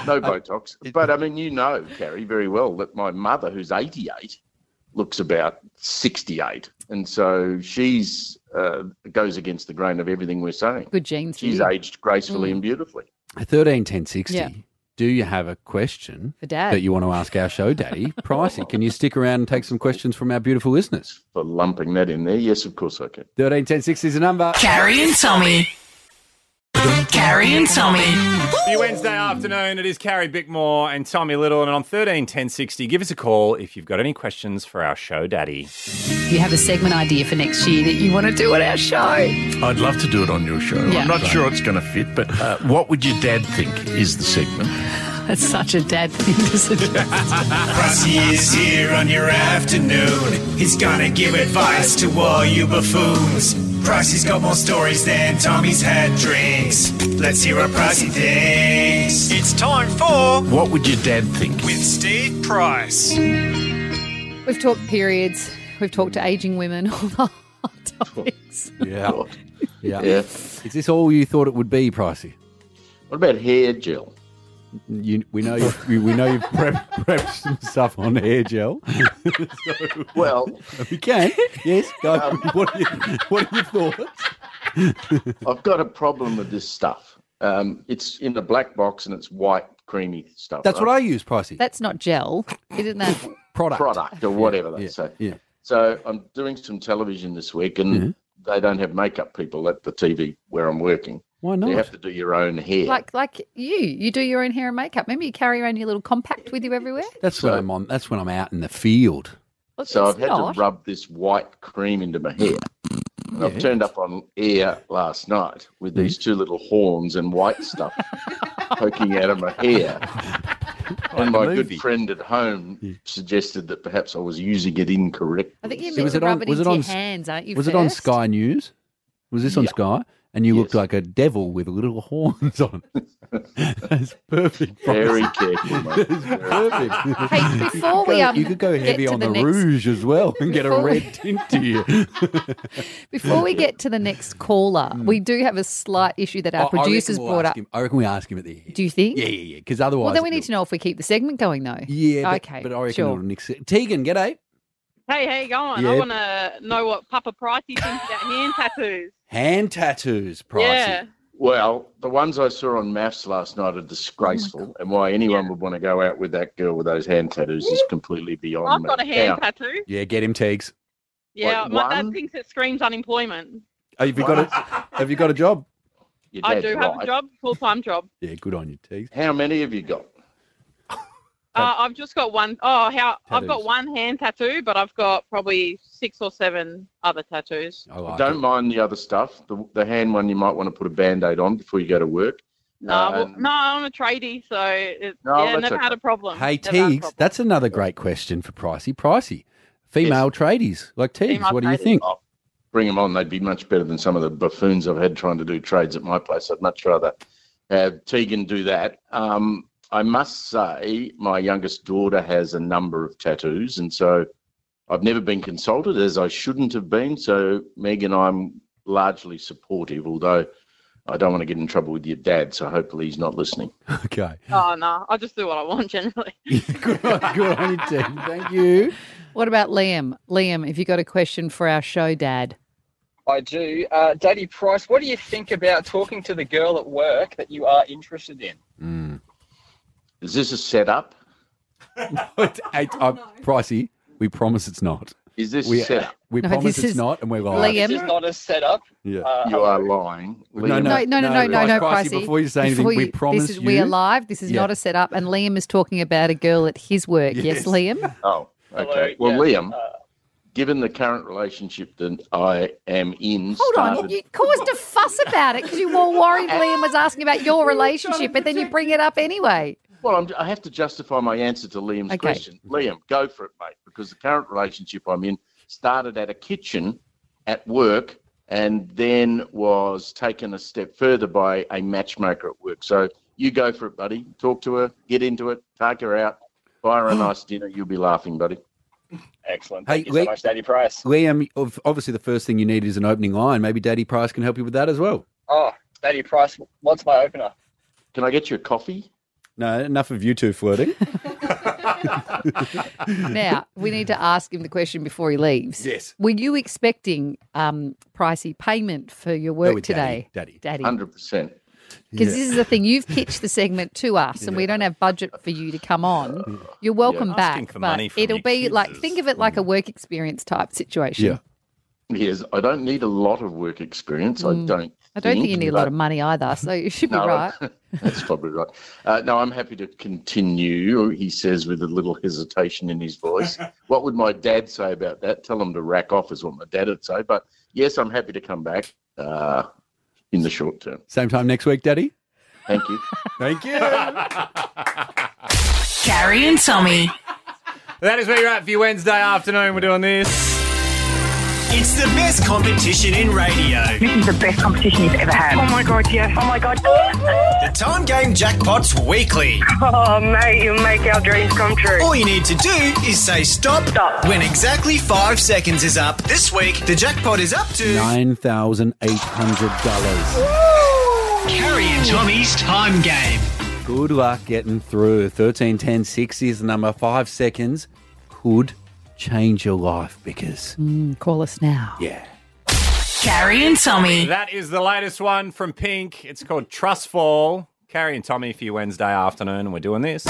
[SPEAKER 15] no Botox. But I mean, you know, Carrie, very well that my mother, who's 88, looks about 68. And so she's uh, goes against the grain of everything we're saying.
[SPEAKER 5] Good genes. Mm.
[SPEAKER 15] She's
[SPEAKER 5] Judy.
[SPEAKER 15] aged gracefully and beautifully.
[SPEAKER 6] Thirteen ten sixty.
[SPEAKER 5] Yeah.
[SPEAKER 6] Do you have a question
[SPEAKER 5] For Dad.
[SPEAKER 6] that you want to ask our show, Daddy? Pricey, can you stick around and take some questions from our beautiful listeners?
[SPEAKER 15] For lumping that in there, yes, of course I can.
[SPEAKER 6] Thirteen ten sixty is a number.
[SPEAKER 1] Carrie and Tommy.
[SPEAKER 4] Carrie and Tommy. Your Wednesday afternoon, it is Carrie Bickmore and Tommy Little, and on 13 10 60, give us a call if you've got any questions for our show daddy.
[SPEAKER 5] Do you have a segment idea for next year that you want to do on our show?
[SPEAKER 13] I'd love to do it on your show.
[SPEAKER 5] Yeah.
[SPEAKER 13] I'm not sure it's going to fit, but uh, what would your dad think is the segment?
[SPEAKER 5] That's such a dad thing to suggest.
[SPEAKER 14] Rossi is here on your afternoon. He's gonna give advice to all you buffoons. Pricey's got more stories than Tommy's had drinks. Let's hear what Pricey thinks. It's time for
[SPEAKER 13] What would your dad think?
[SPEAKER 14] with Steve Price.
[SPEAKER 5] We've talked periods. We've talked to aging women. All the hard topics.
[SPEAKER 6] Yeah. yeah.
[SPEAKER 15] Yeah.
[SPEAKER 6] Is this all you thought it would be, Pricey?
[SPEAKER 15] What about hair gel?
[SPEAKER 6] You, we know you've, you, we know you've prep, prepped some stuff on hair gel. So,
[SPEAKER 15] well, Um,
[SPEAKER 6] we can. Yes, go. what, are you, what are your thoughts?
[SPEAKER 15] I've got a problem with this stuff. Um, it's in a black box and it's white, creamy stuff.
[SPEAKER 6] That's what I use, Pricey.
[SPEAKER 5] That's not gel, isn't that?
[SPEAKER 6] Product.
[SPEAKER 15] Product or whatever they say.
[SPEAKER 6] Yeah.
[SPEAKER 15] So I'm doing some television this week and
[SPEAKER 6] Mm-hmm.
[SPEAKER 15] they don't have makeup people at the TV where I'm working.
[SPEAKER 6] Why
[SPEAKER 15] You
[SPEAKER 6] not?
[SPEAKER 15] have to do your own hair.
[SPEAKER 5] Like like you, you do your own hair and makeup. Remember, you carry around your little compact with you everywhere.
[SPEAKER 6] That's when I'm on. That's when I'm out in the field.
[SPEAKER 5] Well,
[SPEAKER 15] so
[SPEAKER 5] it's
[SPEAKER 15] I've had
[SPEAKER 5] not.
[SPEAKER 15] to rub this white cream into my hair. And I've
[SPEAKER 6] Yeah. Mm.
[SPEAKER 15] turned up on air last night with these two little horns and white stuff poking out of my hair. and
[SPEAKER 6] the
[SPEAKER 15] my
[SPEAKER 6] movie.
[SPEAKER 15] good friend at home suggested that perhaps I was using it incorrectly.
[SPEAKER 5] I think you
[SPEAKER 6] So
[SPEAKER 5] meant
[SPEAKER 6] was
[SPEAKER 5] to
[SPEAKER 6] it on-
[SPEAKER 5] rub it
[SPEAKER 6] was it
[SPEAKER 5] into
[SPEAKER 6] on
[SPEAKER 5] your
[SPEAKER 6] s-
[SPEAKER 5] hands, aren't you?
[SPEAKER 6] Was it on
[SPEAKER 5] first?
[SPEAKER 6] Sky News? Was this on Sky? And you looked like a devil with little horns on. That's perfect.
[SPEAKER 15] Very
[SPEAKER 6] Pricey.
[SPEAKER 15] careful, mate.
[SPEAKER 6] That's perfect.
[SPEAKER 5] Hey, before
[SPEAKER 6] you could
[SPEAKER 5] we,
[SPEAKER 6] go,
[SPEAKER 5] um,
[SPEAKER 6] you could go
[SPEAKER 5] get
[SPEAKER 6] heavy
[SPEAKER 5] to
[SPEAKER 6] on
[SPEAKER 5] the
[SPEAKER 6] the,
[SPEAKER 5] next-
[SPEAKER 6] rouge as well and get a
[SPEAKER 5] Before we-
[SPEAKER 6] red tint to you.
[SPEAKER 5] Before we get to the next caller,
[SPEAKER 6] Mm.
[SPEAKER 5] we do have a slight issue that our
[SPEAKER 6] I- I reckon
[SPEAKER 5] producers
[SPEAKER 6] we'll
[SPEAKER 5] brought
[SPEAKER 6] oh, ask
[SPEAKER 5] up.
[SPEAKER 6] Him, I reckon we ask him at the end.
[SPEAKER 5] Do you think?
[SPEAKER 6] Yeah, yeah, yeah. Because otherwise,
[SPEAKER 5] Well, then we
[SPEAKER 6] it'll-
[SPEAKER 5] need to know if we keep the segment going, though.
[SPEAKER 6] Yeah, but,
[SPEAKER 5] okay.
[SPEAKER 6] But I reckon
[SPEAKER 5] sure.
[SPEAKER 6] it'll nix it. Tegan, g'day.
[SPEAKER 16] Hey, how you going?
[SPEAKER 6] Yeah.
[SPEAKER 16] I want to know what Papa Pricey thinks about hand tattoos.
[SPEAKER 6] Hand tattoos, pricey.
[SPEAKER 16] Yeah.
[SPEAKER 15] Well, the ones I saw on maths last night are
[SPEAKER 6] Oh
[SPEAKER 15] disgraceful, and why anyone would want to go out with that girl with those hand tattoos is completely beyond
[SPEAKER 16] I've
[SPEAKER 15] me.
[SPEAKER 16] got a hand
[SPEAKER 15] Now,
[SPEAKER 16] tattoo.
[SPEAKER 6] Yeah, get him, Tegs.
[SPEAKER 16] Yeah,
[SPEAKER 15] What,
[SPEAKER 16] my dad
[SPEAKER 15] one?
[SPEAKER 16] thinks it screams unemployment.
[SPEAKER 6] Oh, have you got a Have you got a job?
[SPEAKER 15] your
[SPEAKER 16] I
[SPEAKER 15] dad's
[SPEAKER 16] do have a
[SPEAKER 15] right.
[SPEAKER 16] job, full time job.
[SPEAKER 6] Yeah, good on you, Tegs.
[SPEAKER 15] How many have you got?
[SPEAKER 16] Uh, I've just got one oh how I've got
[SPEAKER 15] Tattoos.
[SPEAKER 16] one hand tattoo, but I've got probably six or seven other tattoos.
[SPEAKER 15] Don't mind the other stuff. The, the hand one you might want to put a band aid on before you go to work.
[SPEAKER 16] No,
[SPEAKER 15] Uh,
[SPEAKER 16] well,
[SPEAKER 15] and-
[SPEAKER 16] no, I'm a tradie, so it,
[SPEAKER 15] No,
[SPEAKER 16] yeah,
[SPEAKER 15] that's
[SPEAKER 16] never
[SPEAKER 15] okay.
[SPEAKER 16] had a problem.
[SPEAKER 6] Hey,
[SPEAKER 16] Never had a
[SPEAKER 6] Tegs,
[SPEAKER 16] problem.
[SPEAKER 6] that's another great question for Pricey. Pricey, female tradies like Tegs.
[SPEAKER 16] Female
[SPEAKER 6] What do you
[SPEAKER 16] tradies.
[SPEAKER 6] think?
[SPEAKER 15] Oh, bring them on. They'd be much better than some of the buffoons I've had trying to do trades at my place. I'd much rather have Tegan do that. Um, I must say, my youngest daughter has a number of tattoos, and so I've never been consulted as I shouldn't have been. So, Meg and I'm largely supportive, although I don't want to get in trouble with your dad. So, hopefully, he's not listening.
[SPEAKER 6] Okay.
[SPEAKER 16] Oh no, I just do what I want generally.
[SPEAKER 6] Good on you, Tegan. Thank you.
[SPEAKER 5] What about Liam? Liam, if you got a question for our show, Dad?
[SPEAKER 17] I do. Uh, Daddy Price, what do you think about talking to the girl at work that you are interested in?
[SPEAKER 15] Is this a setup?
[SPEAKER 6] Hmm. Hey, uh, Pricey, we promise it's not.
[SPEAKER 15] Is this
[SPEAKER 6] we,
[SPEAKER 15] a setup?
[SPEAKER 6] We
[SPEAKER 5] No,
[SPEAKER 6] promise
[SPEAKER 5] this
[SPEAKER 6] it's
[SPEAKER 5] is-
[SPEAKER 6] not, and we're lying.
[SPEAKER 5] Liam.
[SPEAKER 17] This is not a setup.
[SPEAKER 6] Yeah.
[SPEAKER 17] Uh,
[SPEAKER 15] you are lying.
[SPEAKER 6] No,
[SPEAKER 15] Liam.
[SPEAKER 5] No, no, no, no, no, no,
[SPEAKER 6] Pricey,
[SPEAKER 5] Pricey.
[SPEAKER 6] before you say anything,
[SPEAKER 5] Before
[SPEAKER 6] we promise
[SPEAKER 5] this is, We are
[SPEAKER 6] you-
[SPEAKER 5] live. This is
[SPEAKER 6] Yeah.
[SPEAKER 5] not a setup. And Liam is talking about a girl at his work. Yes,
[SPEAKER 6] Yes.
[SPEAKER 5] Liam?
[SPEAKER 15] Oh, okay. well, Liam,
[SPEAKER 17] uh,
[SPEAKER 15] given the current relationship that I am in,
[SPEAKER 5] Hold on.
[SPEAKER 15] started-
[SPEAKER 5] You caused a fuss about it because you were worried Liam was asking about your relationship, but then you bring it up anyway.
[SPEAKER 15] Well, I'm, I have to justify my answer to Liam's
[SPEAKER 5] Okay.
[SPEAKER 15] question. Liam, go for it, mate, because the current relationship I'm in started at a kitchen at work and then was taken a step further by a matchmaker at work. So you go for it, buddy. Talk to her, get into it, take her out, buy her a nice dinner. You'll be laughing, buddy.
[SPEAKER 17] Excellent.
[SPEAKER 6] Hey,
[SPEAKER 17] Thank you so
[SPEAKER 6] Lee-
[SPEAKER 17] much, Daddy Price.
[SPEAKER 6] Liam, ov- obviously the first thing you need is an opening line. Maybe Daddy Price can help you with that as well.
[SPEAKER 17] Oh, Daddy Price, what's my opener?
[SPEAKER 15] Can I get you a coffee?
[SPEAKER 6] No, enough of you two flirting.
[SPEAKER 5] Now, we need to ask him the question before he leaves.
[SPEAKER 6] Yes.
[SPEAKER 5] Were you expecting um, pricey payment for your work
[SPEAKER 6] with
[SPEAKER 5] today?
[SPEAKER 6] Daddy, Daddy.
[SPEAKER 5] Daddy.
[SPEAKER 15] Hundred percent.
[SPEAKER 5] Because this is the thing, you've pitched the segment to us and we don't have budget for you to come on. You're welcome
[SPEAKER 15] Yeah. Asking
[SPEAKER 5] back.
[SPEAKER 15] for
[SPEAKER 5] but
[SPEAKER 15] money from
[SPEAKER 5] it'll
[SPEAKER 15] your Mm.
[SPEAKER 5] be
[SPEAKER 15] kids
[SPEAKER 5] like, think of it like a work experience type situation.
[SPEAKER 15] Yes, I don't need a lot of work experience. I
[SPEAKER 5] Mm.
[SPEAKER 15] don't.
[SPEAKER 5] I don't think you need a lot
[SPEAKER 15] but-
[SPEAKER 5] of money either, so you should be
[SPEAKER 15] No,
[SPEAKER 5] right.
[SPEAKER 15] That's probably right. Uh, no, I'm happy to continue, he says with a little hesitation in his voice. what would my dad say about that? Tell him to rack off, is what my dad would say. But yes, I'm happy to come back uh, in the short term.
[SPEAKER 6] Same time next week, Daddy.
[SPEAKER 15] Thank you.
[SPEAKER 6] Thank you.
[SPEAKER 4] Carrie and Tommy. That is where you're at for your Wednesday afternoon. We're doing this.
[SPEAKER 14] It's the best competition in radio.
[SPEAKER 18] This is the best competition you've ever had. Oh my god, yes. Oh my god.
[SPEAKER 14] The Time Game Jackpots Weekly.
[SPEAKER 18] Oh mate, you make our dreams come true.
[SPEAKER 14] All you need to do is say stop, when exactly five seconds is up. This week, the jackpot is up to
[SPEAKER 6] Nine thousand eight hundred dollars.
[SPEAKER 14] Carrie and Tommy's Time Game.
[SPEAKER 6] Good luck getting through. Thirteen ten sixty is the number. Five seconds could change your life because
[SPEAKER 5] Mm, call us now.
[SPEAKER 6] yeah.
[SPEAKER 4] Carrie and Tommy. That is the latest one from Pink. It's called Trust Fall. Carrie and Tommy for your Wednesday afternoon, and we're doing this.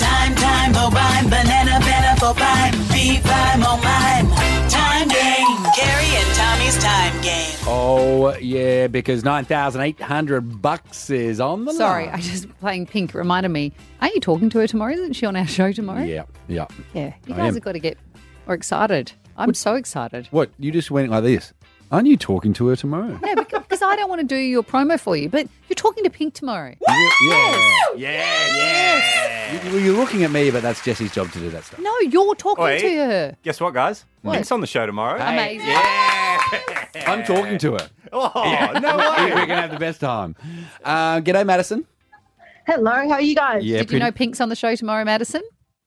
[SPEAKER 1] Time, time, oh, rhyme. Banana, banana, for rhyme. Beat, rhyme, oh, mime. Time game. Carrie and Tommy's time game.
[SPEAKER 6] Oh yeah, because nine thousand eight hundred bucks is on the
[SPEAKER 5] Sorry,
[SPEAKER 6] line.
[SPEAKER 5] I just playing pink reminded me. Aren't you talking to her tomorrow? Isn't she on our show tomorrow?
[SPEAKER 6] Yeah, yeah.
[SPEAKER 5] Yeah. You
[SPEAKER 6] I
[SPEAKER 5] guys
[SPEAKER 6] am.
[SPEAKER 5] have got to get more excited. I'm so excited.
[SPEAKER 6] What you just went like this? Aren't you talking to her tomorrow?
[SPEAKER 5] No, because I don't want to do your promo for you, but you're talking to Pink tomorrow.
[SPEAKER 6] Yeah,
[SPEAKER 4] yeah,
[SPEAKER 6] yeah. You, well, you're looking at me, but that's Jesse's job to do that stuff.
[SPEAKER 5] No, you're talking
[SPEAKER 4] Oi.
[SPEAKER 5] to her.
[SPEAKER 4] Guess what, guys?
[SPEAKER 5] What?
[SPEAKER 4] Pink's on the show tomorrow.
[SPEAKER 5] Amazing.
[SPEAKER 6] I'm talking to her.
[SPEAKER 4] Oh,
[SPEAKER 6] no way. We're gonna have the best time. Uh, g'day, Madison.
[SPEAKER 11] Hello, how are you guys?
[SPEAKER 6] Yeah,
[SPEAKER 5] Did you
[SPEAKER 6] pretty-
[SPEAKER 5] know Pink's on the show tomorrow, Madison?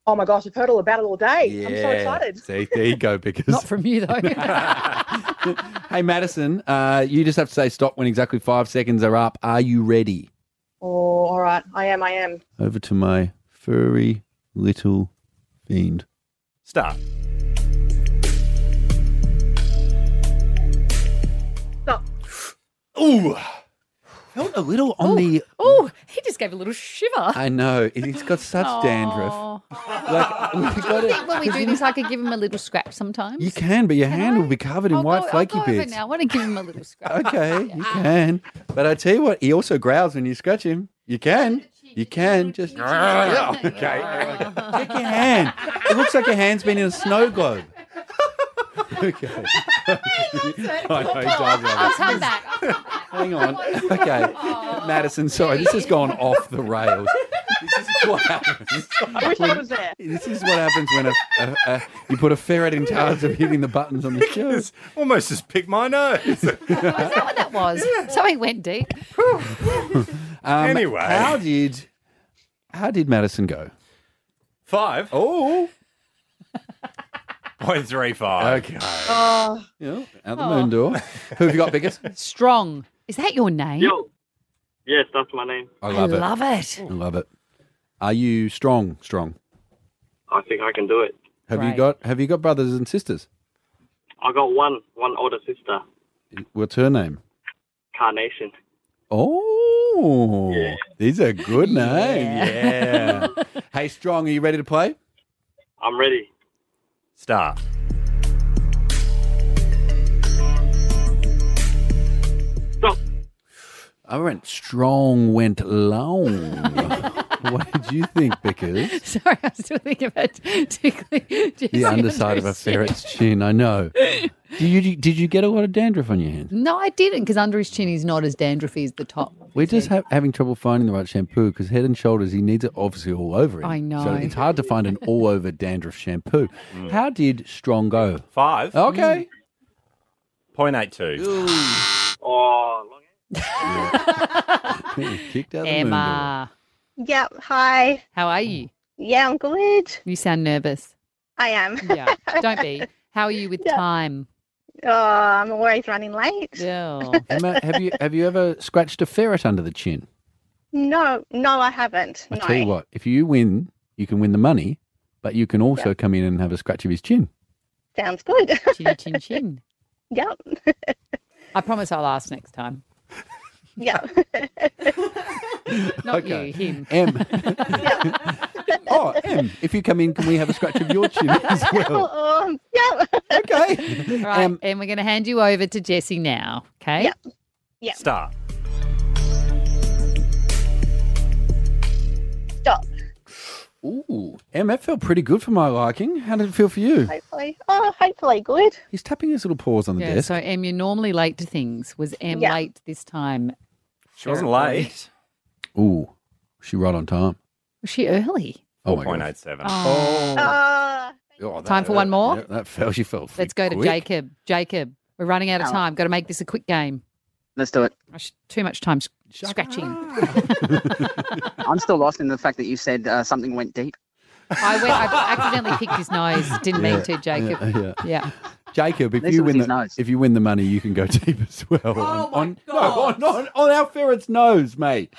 [SPEAKER 11] Oh my gosh, I've heard all about it all day. I'm so excited.
[SPEAKER 6] See, there you go. Because
[SPEAKER 5] Not from you though.
[SPEAKER 6] hey, Madison, uh, you just have to say stop when exactly five seconds are up. Are you ready?
[SPEAKER 11] Oh, all right. I am, I am.
[SPEAKER 6] Over to my furry little fiend.
[SPEAKER 4] Start.
[SPEAKER 11] Stop.
[SPEAKER 6] Ooh, felt a little on the.
[SPEAKER 5] oh, he just gave a little shiver.
[SPEAKER 6] I know it- it's got such dandruff.
[SPEAKER 5] Aw.
[SPEAKER 6] Like we
[SPEAKER 5] Do
[SPEAKER 6] got
[SPEAKER 5] you
[SPEAKER 6] it.
[SPEAKER 5] think when we do this, I could give him a little scratch sometimes?
[SPEAKER 6] You can, but your hand will be covered in white flaky
[SPEAKER 5] Go over
[SPEAKER 6] bits.
[SPEAKER 5] now. I want to give him a little scratch.
[SPEAKER 6] Okay, you can. But I tell you what, he also growls when you scratch him. You can. You can just. Yeah, okay. Check your hand. It looks like your hand's been in a snow globe. Okay. I know, he does
[SPEAKER 5] I'll
[SPEAKER 6] love
[SPEAKER 5] come back.
[SPEAKER 6] it. Hang on. Okay. Madison, sorry, this has gone off the rails. This is what happens.
[SPEAKER 11] I wish I was there.
[SPEAKER 6] This is what happens when a, a, a, you put a ferret in charge of hitting the buttons on the show.
[SPEAKER 4] Almost just picked my nose.
[SPEAKER 5] Is that what that was? Something went deep.
[SPEAKER 6] Um,
[SPEAKER 4] Anyway.
[SPEAKER 6] how did how did Madison go?
[SPEAKER 4] Five.
[SPEAKER 6] Oh.
[SPEAKER 4] Point three five. Okay.
[SPEAKER 11] Oh,
[SPEAKER 6] yeah. Out the
[SPEAKER 5] Oh.
[SPEAKER 6] moon door. Who have you got, biggest?
[SPEAKER 5] Strong. Is that your name?
[SPEAKER 19] Yes, that's my name.
[SPEAKER 6] I love
[SPEAKER 5] I
[SPEAKER 6] it.
[SPEAKER 5] love it.
[SPEAKER 6] I love it. Are you strong? Strong.
[SPEAKER 19] I think I can do it.
[SPEAKER 6] Have you
[SPEAKER 19] Great.
[SPEAKER 6] got Have you got brothers and sisters?
[SPEAKER 19] I got one one older sister,
[SPEAKER 6] What's her name?
[SPEAKER 19] Carnation.
[SPEAKER 6] Oh, these are good names.
[SPEAKER 19] Yeah.
[SPEAKER 6] Yeah. hey, strong. Are you ready to play?
[SPEAKER 19] I'm ready.
[SPEAKER 4] Start.
[SPEAKER 6] I went strong, went long. what did you think, Bickers?
[SPEAKER 5] Sorry, I was still thinking about tickling
[SPEAKER 6] The underside of a ferret's chin. I know. Did you did you get a lot of dandruff on your hands?
[SPEAKER 5] No, I didn't, because under his chin he's not as dandruffy as the top.
[SPEAKER 6] We're just ha- having trouble finding the right shampoo because Head and Shoulders he needs it obviously all over him.
[SPEAKER 5] I
[SPEAKER 6] So
[SPEAKER 5] know.
[SPEAKER 6] it's hard to find an all over dandruff shampoo. How did Strong go?
[SPEAKER 4] Five.
[SPEAKER 6] Okay.
[SPEAKER 4] Point eight two.
[SPEAKER 19] Oh,
[SPEAKER 6] Kicked out
[SPEAKER 5] Emma.
[SPEAKER 10] Yep. Hi.
[SPEAKER 5] How are you?
[SPEAKER 10] Yeah, I'm good.
[SPEAKER 5] You sound nervous.
[SPEAKER 10] I am.
[SPEAKER 5] Yeah. Don't be. How are you with time?
[SPEAKER 10] Oh, I'm always running late.
[SPEAKER 5] Yeah.
[SPEAKER 6] Emma, have you have you ever scratched a ferret under the chin?
[SPEAKER 10] No, no, I haven't.
[SPEAKER 6] I
[SPEAKER 10] no.
[SPEAKER 6] tell you what, if you win, you can win the money, but you can also
[SPEAKER 10] Yep.
[SPEAKER 6] come in and have a scratch of his chin.
[SPEAKER 10] Sounds good.
[SPEAKER 5] Chin chin chin.
[SPEAKER 10] Yep.
[SPEAKER 5] I promise I'll ask next time.
[SPEAKER 10] Yep.
[SPEAKER 5] Not
[SPEAKER 6] Okay.
[SPEAKER 5] you, him.
[SPEAKER 6] Em. oh, Em, if you come in, can we have a scratch of your chin as well?
[SPEAKER 10] Um, yep.
[SPEAKER 6] Okay.
[SPEAKER 5] Right,
[SPEAKER 6] Um,
[SPEAKER 5] and we're going to hand you over to Jesse now. Okay. Yep.
[SPEAKER 10] Yep.
[SPEAKER 4] Start.
[SPEAKER 10] Stop.
[SPEAKER 6] Ooh, Em, that felt pretty good for my liking. How did it feel for you?
[SPEAKER 10] Hopefully. Oh, hopefully good.
[SPEAKER 6] He's tapping his little paws on the
[SPEAKER 5] Yeah.
[SPEAKER 6] desk.
[SPEAKER 5] So Em, you're normally late to things. Was Em
[SPEAKER 10] Yeah.
[SPEAKER 5] late this time?
[SPEAKER 4] She wasn't
[SPEAKER 5] Very
[SPEAKER 4] late.
[SPEAKER 6] Ooh, she right on time.
[SPEAKER 5] Was she early?
[SPEAKER 6] Oh my God.
[SPEAKER 4] 4.87.
[SPEAKER 5] Oh.
[SPEAKER 10] Uh,
[SPEAKER 6] Oh, that-
[SPEAKER 5] Time for one more?
[SPEAKER 6] That, that fell. She fell.
[SPEAKER 5] Let's go to
[SPEAKER 6] quick.
[SPEAKER 5] Jacob. Jacob, we're running out of
[SPEAKER 20] Oh.
[SPEAKER 5] time. Got to make this a quick game.
[SPEAKER 20] Let's do it.
[SPEAKER 5] I sh- Too much time s- scratching.
[SPEAKER 20] I'm still lost in the fact that you said uh, something went deep.
[SPEAKER 5] I went. I accidentally picked his nose. Didn't mean to, Jacob.
[SPEAKER 6] Yeah. yeah.
[SPEAKER 5] Yeah.
[SPEAKER 6] Jacob, if
[SPEAKER 20] Listen
[SPEAKER 6] you
[SPEAKER 20] to
[SPEAKER 6] win
[SPEAKER 20] his
[SPEAKER 6] the if you win the money, you can go deep as well. Oh on, my on, no, on, on, on our ferret's nose, mate.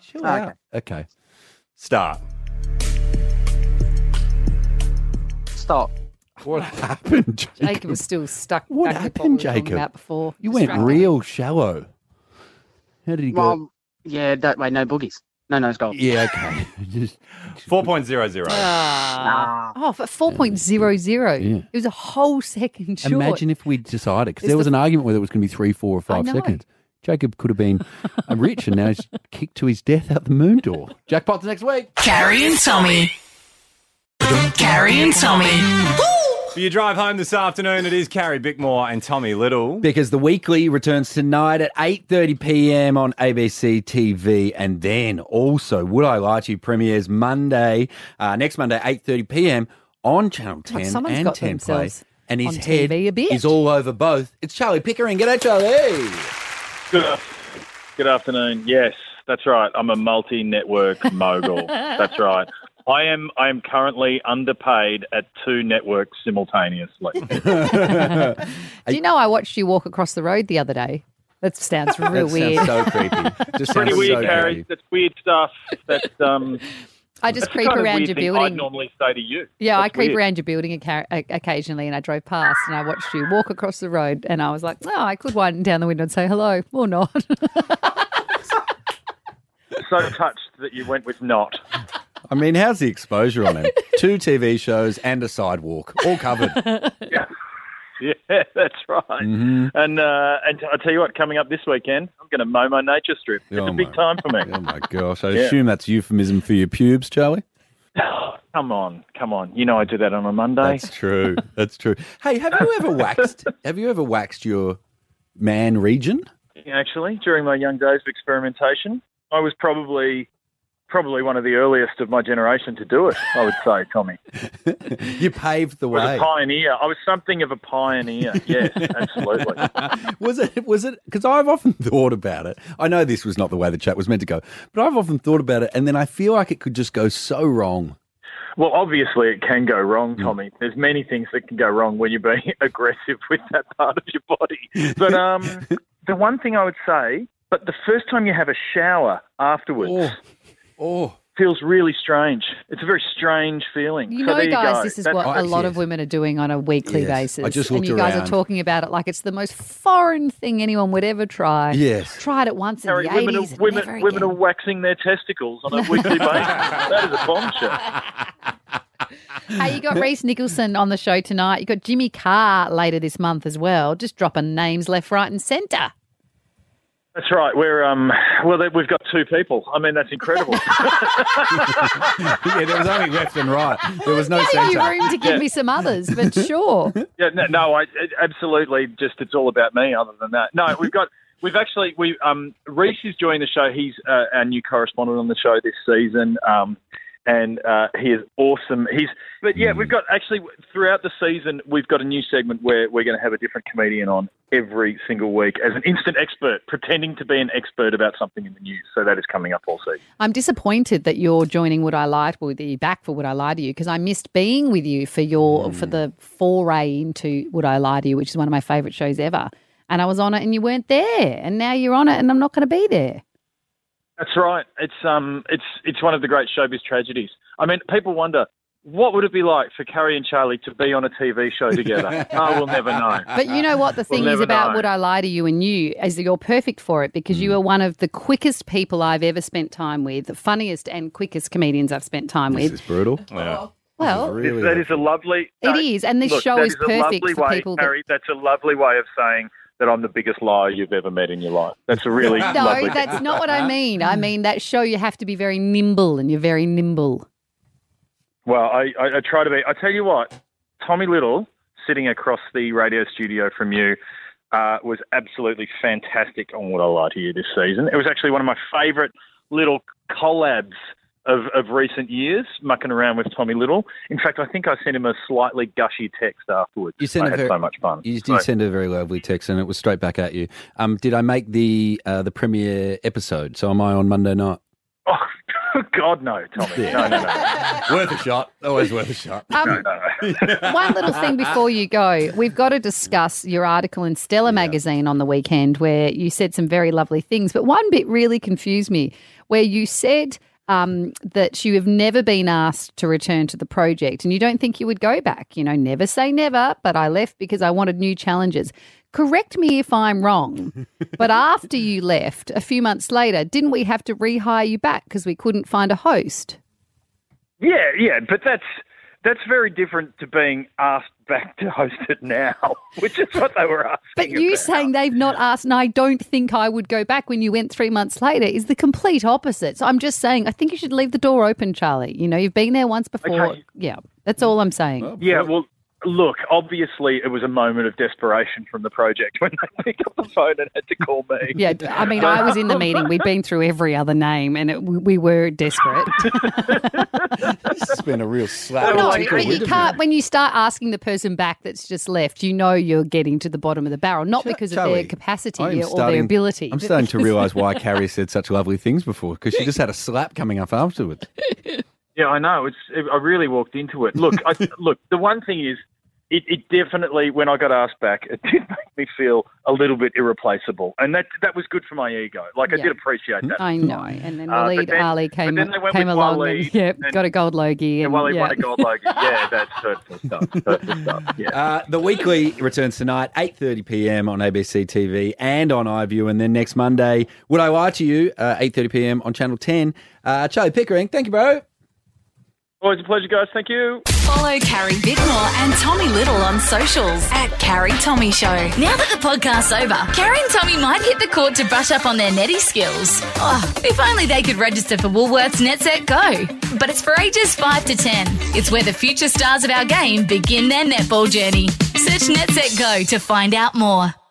[SPEAKER 6] Chill
[SPEAKER 20] Okay.
[SPEAKER 6] out. Okay.
[SPEAKER 4] Start.
[SPEAKER 20] Stop.
[SPEAKER 6] What happened, Jacob?
[SPEAKER 5] Jacob was still stuck.
[SPEAKER 6] What
[SPEAKER 5] back with
[SPEAKER 6] happened,
[SPEAKER 5] we were talking
[SPEAKER 6] Jacob?
[SPEAKER 5] About before.
[SPEAKER 6] You went
[SPEAKER 5] Distracted.
[SPEAKER 6] real shallow. How did he go?
[SPEAKER 20] Well, yeah, don't, wait, no boogies. No nose gold.
[SPEAKER 6] Yeah, okay. Just
[SPEAKER 4] 4.00.
[SPEAKER 5] Ah. Oh, for 4.00.
[SPEAKER 6] Yeah.
[SPEAKER 5] It was a whole second short.
[SPEAKER 6] Imagine if we decided because
[SPEAKER 5] It's
[SPEAKER 6] there was
[SPEAKER 5] the-
[SPEAKER 6] an argument whether it was going to be three, four, or five
[SPEAKER 5] know.
[SPEAKER 6] seconds. Jacob could have been uh, rich, and now he's kicked to his death out the moon door. Jackpot's next week.
[SPEAKER 1] Carrie and Tommy. Carrie and Tommy.
[SPEAKER 4] For your drive home this afternoon, it is Carrie Bickmore and Tommy Little.
[SPEAKER 6] Because the weekly returns tonight at 8:30 p.m. on ABC TV, and then also Would I Lie to You premieres Monday, uh, next Monday 8:30 p.m. on Channel 10
[SPEAKER 5] someone's
[SPEAKER 6] and
[SPEAKER 5] got
[SPEAKER 6] 10 Play.
[SPEAKER 5] themselves
[SPEAKER 6] And his
[SPEAKER 5] on
[SPEAKER 6] head
[SPEAKER 5] TV a bit.
[SPEAKER 6] is all over both. It's Charlie Pickering. G'day, Charlie.
[SPEAKER 21] Good, af- good afternoon. Yes, that's right. I'm a multi-network mogul. That's right. I am. I am currently underpaid at two networks simultaneously.
[SPEAKER 5] Do you know I watched you walk across the road the other day? That sounds real
[SPEAKER 6] That
[SPEAKER 5] weird.
[SPEAKER 6] sounds so creepy. Just
[SPEAKER 21] Pretty
[SPEAKER 6] sounds
[SPEAKER 21] weird,
[SPEAKER 6] so
[SPEAKER 21] Harry.
[SPEAKER 6] creepy.
[SPEAKER 21] That's weird stuff. That's um.
[SPEAKER 5] I just
[SPEAKER 21] that's
[SPEAKER 5] creep
[SPEAKER 21] kind of
[SPEAKER 5] around
[SPEAKER 21] weird
[SPEAKER 5] your
[SPEAKER 21] thing I'd
[SPEAKER 5] building.
[SPEAKER 21] normally say to you.
[SPEAKER 5] Yeah, I
[SPEAKER 21] That's
[SPEAKER 5] creep
[SPEAKER 21] weird.
[SPEAKER 5] around your building occa- o- occasionally, and I drove past and I watched you walk across the road, and I was like, "No, I could widen down the window and say hello, or not."
[SPEAKER 21] So touched that you went with not.
[SPEAKER 6] I mean, how's the exposure on him? Two TV shows and a sidewalk, all covered.
[SPEAKER 21] Yeah, that's right.
[SPEAKER 6] Mm-hmm.
[SPEAKER 21] And uh, and I tell you what, coming up this weekend, I'm going to mow my nature strip. It's
[SPEAKER 6] Oh,
[SPEAKER 21] a
[SPEAKER 6] my-
[SPEAKER 21] big time for me.
[SPEAKER 6] Oh my gosh! I
[SPEAKER 21] Yeah.
[SPEAKER 6] assume that's euphemism for your pubes, Charlie.
[SPEAKER 21] Come on, come on. You know I do that on a Monday.
[SPEAKER 6] That's true. That's true. Hey, have you ever waxed? Have you ever waxed your man region?
[SPEAKER 21] Actually, during my young days of experimentation, I was probably probably one of the earliest of my generation to do it. I would say, Tommy,
[SPEAKER 6] You paved the
[SPEAKER 21] I was
[SPEAKER 6] way.
[SPEAKER 21] a pioneer. I was something of a pioneer. Yes, absolutely.
[SPEAKER 6] Was it? Was it? Because I've often thought about it. I know this was not the way the chat was meant to go, but I've often thought about it, and then I feel like it could just go so wrong.
[SPEAKER 21] Well, obviously, it can go
[SPEAKER 6] Hmm.
[SPEAKER 21] wrong, Tommy. There's many things that can go wrong when you're being aggressive with that part of your body. But um, the one thing I would say, but the first time you have a shower afterwards,
[SPEAKER 6] oh.
[SPEAKER 21] feels really strange. It's a very strange feeling.
[SPEAKER 5] You
[SPEAKER 21] so
[SPEAKER 5] know,
[SPEAKER 21] there you
[SPEAKER 5] guys,
[SPEAKER 21] go.
[SPEAKER 5] this is
[SPEAKER 21] That's-
[SPEAKER 5] what a lot of women are doing on a weekly
[SPEAKER 6] Yes. I
[SPEAKER 5] basis.
[SPEAKER 6] just
[SPEAKER 5] and
[SPEAKER 6] looked
[SPEAKER 5] you guys
[SPEAKER 6] around.
[SPEAKER 5] are talking about it like it's the most foreign thing anyone would ever try.
[SPEAKER 6] Yes.
[SPEAKER 5] Tried it once
[SPEAKER 21] Harry,
[SPEAKER 5] in the
[SPEAKER 21] women,
[SPEAKER 5] 80s.
[SPEAKER 21] are, women, women are waxing their testicles on a weekly basis. that is a bombshell.
[SPEAKER 5] Hey, you got Reese Nicholson on the show tonight. You got Jimmy Carr later this month as well. Just dropping names left, right, and centre.
[SPEAKER 21] That's right. We're um, well, they- we've got two people. I mean, that's incredible.
[SPEAKER 6] yeah, there was only left and right. There was no
[SPEAKER 5] Plenty of room to give
[SPEAKER 21] Yeah.
[SPEAKER 5] me some others, but sure.
[SPEAKER 21] Yeah, no, no I it- absolutely. Just it's all about me. Other than that, no, we've got we've actually we um Reese is joining the show. He's uh, our new correspondent on the show this season. Um, and uh, he is awesome. He's but yeah, we've got actually throughout the season we've got a new segment where we're going to have a different comedian on every single week as an instant expert, pretending to be an expert about something in the news. So that is coming up all season.
[SPEAKER 5] I'm disappointed that you're joining Would I Lie to You back for Would I Lie to You because I missed being with you for your for the foray into Would I Lie to You, which is one of my favourite shows ever. And I was on it, and you weren't there, and now you're on it, and I'm not going to be there.
[SPEAKER 21] That's right. It's um, it's it's one of the great showbiz tragedies. I mean, people wonder what would it be like for Carrie and Charlie to be on a TV show together. oh, we'll never know.
[SPEAKER 5] But you know what the thing
[SPEAKER 21] We'll
[SPEAKER 5] is
[SPEAKER 21] never
[SPEAKER 5] about
[SPEAKER 21] know. Mm.
[SPEAKER 5] Would I Lie to You and you is that you're perfect for it because you are one of the quickest people I've ever spent time with, the funniest and quickest comedians I've spent time with.
[SPEAKER 6] It's brutal.
[SPEAKER 5] Well,
[SPEAKER 21] It's- that is a lovely.
[SPEAKER 5] It is, and this
[SPEAKER 21] look,
[SPEAKER 5] show
[SPEAKER 21] that
[SPEAKER 5] is
[SPEAKER 21] a
[SPEAKER 5] perfect
[SPEAKER 21] lovely
[SPEAKER 5] for
[SPEAKER 21] way,
[SPEAKER 5] people that-
[SPEAKER 21] Carrie, that's a lovely way of saying that I'm the biggest liar you've ever met in your life. That's a really
[SPEAKER 5] no,
[SPEAKER 21] lovely. Uh-huh.
[SPEAKER 5] that's not what I mean. I mean that show you have to be very nimble, and you're very nimble.
[SPEAKER 21] Well, I, I, I try to be. I tell you what, Tommy Little sitting across the radio studio from you uh, was absolutely fantastic on What I Lie to You this season. It was actually one of my favourite little collabs of, of recent years, mucking around with Tommy Little. In fact, I think I sent him a slightly gushy text afterwards.
[SPEAKER 6] You sent
[SPEAKER 21] I
[SPEAKER 6] a
[SPEAKER 21] had
[SPEAKER 6] very-
[SPEAKER 21] so much fun.
[SPEAKER 6] You did
[SPEAKER 21] So-
[SPEAKER 6] send a very lovely text, and it was straight back at you. Um, did I make the uh, the premiere episode? So am I on Monday night?
[SPEAKER 21] God no, Tommy. No, no, no.
[SPEAKER 6] worth a shot. Always worth a shot.
[SPEAKER 5] Um,
[SPEAKER 21] no, no, no.
[SPEAKER 5] One little thing before you go, we've got to discuss your article in Stella magazine on the weekend where you said some very lovely things, but one bit really confused me where you said um, that you have never been asked to return to the project and you don't think you would go back. You know, never say never, but I left because I wanted new challenges. Correct me if I'm wrong, but after you left a few months later, didn't we have to rehire you back because we couldn't find a host?
[SPEAKER 21] Yeah, yeah, but that's that's very different to being asked back to host it now, which is what they were asking.
[SPEAKER 5] But you saying they've not asked, and I don't think I would go back when you went three months later is the complete opposite. So I'm just saying, I think you should leave the door open, Charlie. You know, you've been there once before.
[SPEAKER 21] Okay.
[SPEAKER 5] Yeah, that's all I'm saying.
[SPEAKER 21] Yeah, well, look, obviously it was a moment of desperation from the project when they picked up the phone and had to call me.
[SPEAKER 5] Yeah, I mean, I was in the meeting. We'd been through every other name, and it, we we were desperate.
[SPEAKER 6] It's been a real slap.
[SPEAKER 5] no, but you can't. When you start asking the person back that's just left, you know you're getting to the bottom of the barrel, not because of
[SPEAKER 6] Charlie,
[SPEAKER 5] their capacity
[SPEAKER 6] I am
[SPEAKER 5] or
[SPEAKER 6] starting-
[SPEAKER 5] their ability.
[SPEAKER 6] I'm starting to realise why Carrie said such lovely things before because she just had a slap coming up afterwards.
[SPEAKER 21] Yeah, I know. It's it, I really walked into it. Look, I, look. The one thing is, it, it definitely when I got asked back, it did make me feel a little bit irreplaceable, and that that was good for my ego. Like I
[SPEAKER 5] Yeah.
[SPEAKER 21] did appreciate that.
[SPEAKER 5] I know. And then
[SPEAKER 21] Uh, but
[SPEAKER 5] Waleed
[SPEAKER 21] then-
[SPEAKER 5] Ali
[SPEAKER 21] but
[SPEAKER 5] came,
[SPEAKER 21] then they went
[SPEAKER 5] came
[SPEAKER 21] with
[SPEAKER 5] along.
[SPEAKER 21] Waleed
[SPEAKER 5] and, yeah,
[SPEAKER 21] and-
[SPEAKER 5] got a gold logie.
[SPEAKER 21] Yeah,
[SPEAKER 5] and-
[SPEAKER 21] well, he
[SPEAKER 5] yeah.
[SPEAKER 21] won a gold logo. Yeah, that's hurtful stuff. Hurtful stuff. Yeah.
[SPEAKER 6] Uh, the weekly returns tonight, 8:30 p.m. on ABC TV and on iView, and then next Monday, would I lie to you? Uh, 8:30 p.m. on Channel 10. Uh, Charlie Pickering, thank you, bro.
[SPEAKER 21] Always a pleasure, guys. Thank you.
[SPEAKER 2] Follow Carrie Bickmore and Tommy Little on socials at Carrie Tommy Show. Now that the podcast's over, Carrie and Tommy might hit the court to brush up on their netty skills. Oh, if only they could register for Woolworths NetSet Go. But it's for ages 5 to 10. It's where the future stars of our game begin their netball journey. Search NetSet Go to find out more.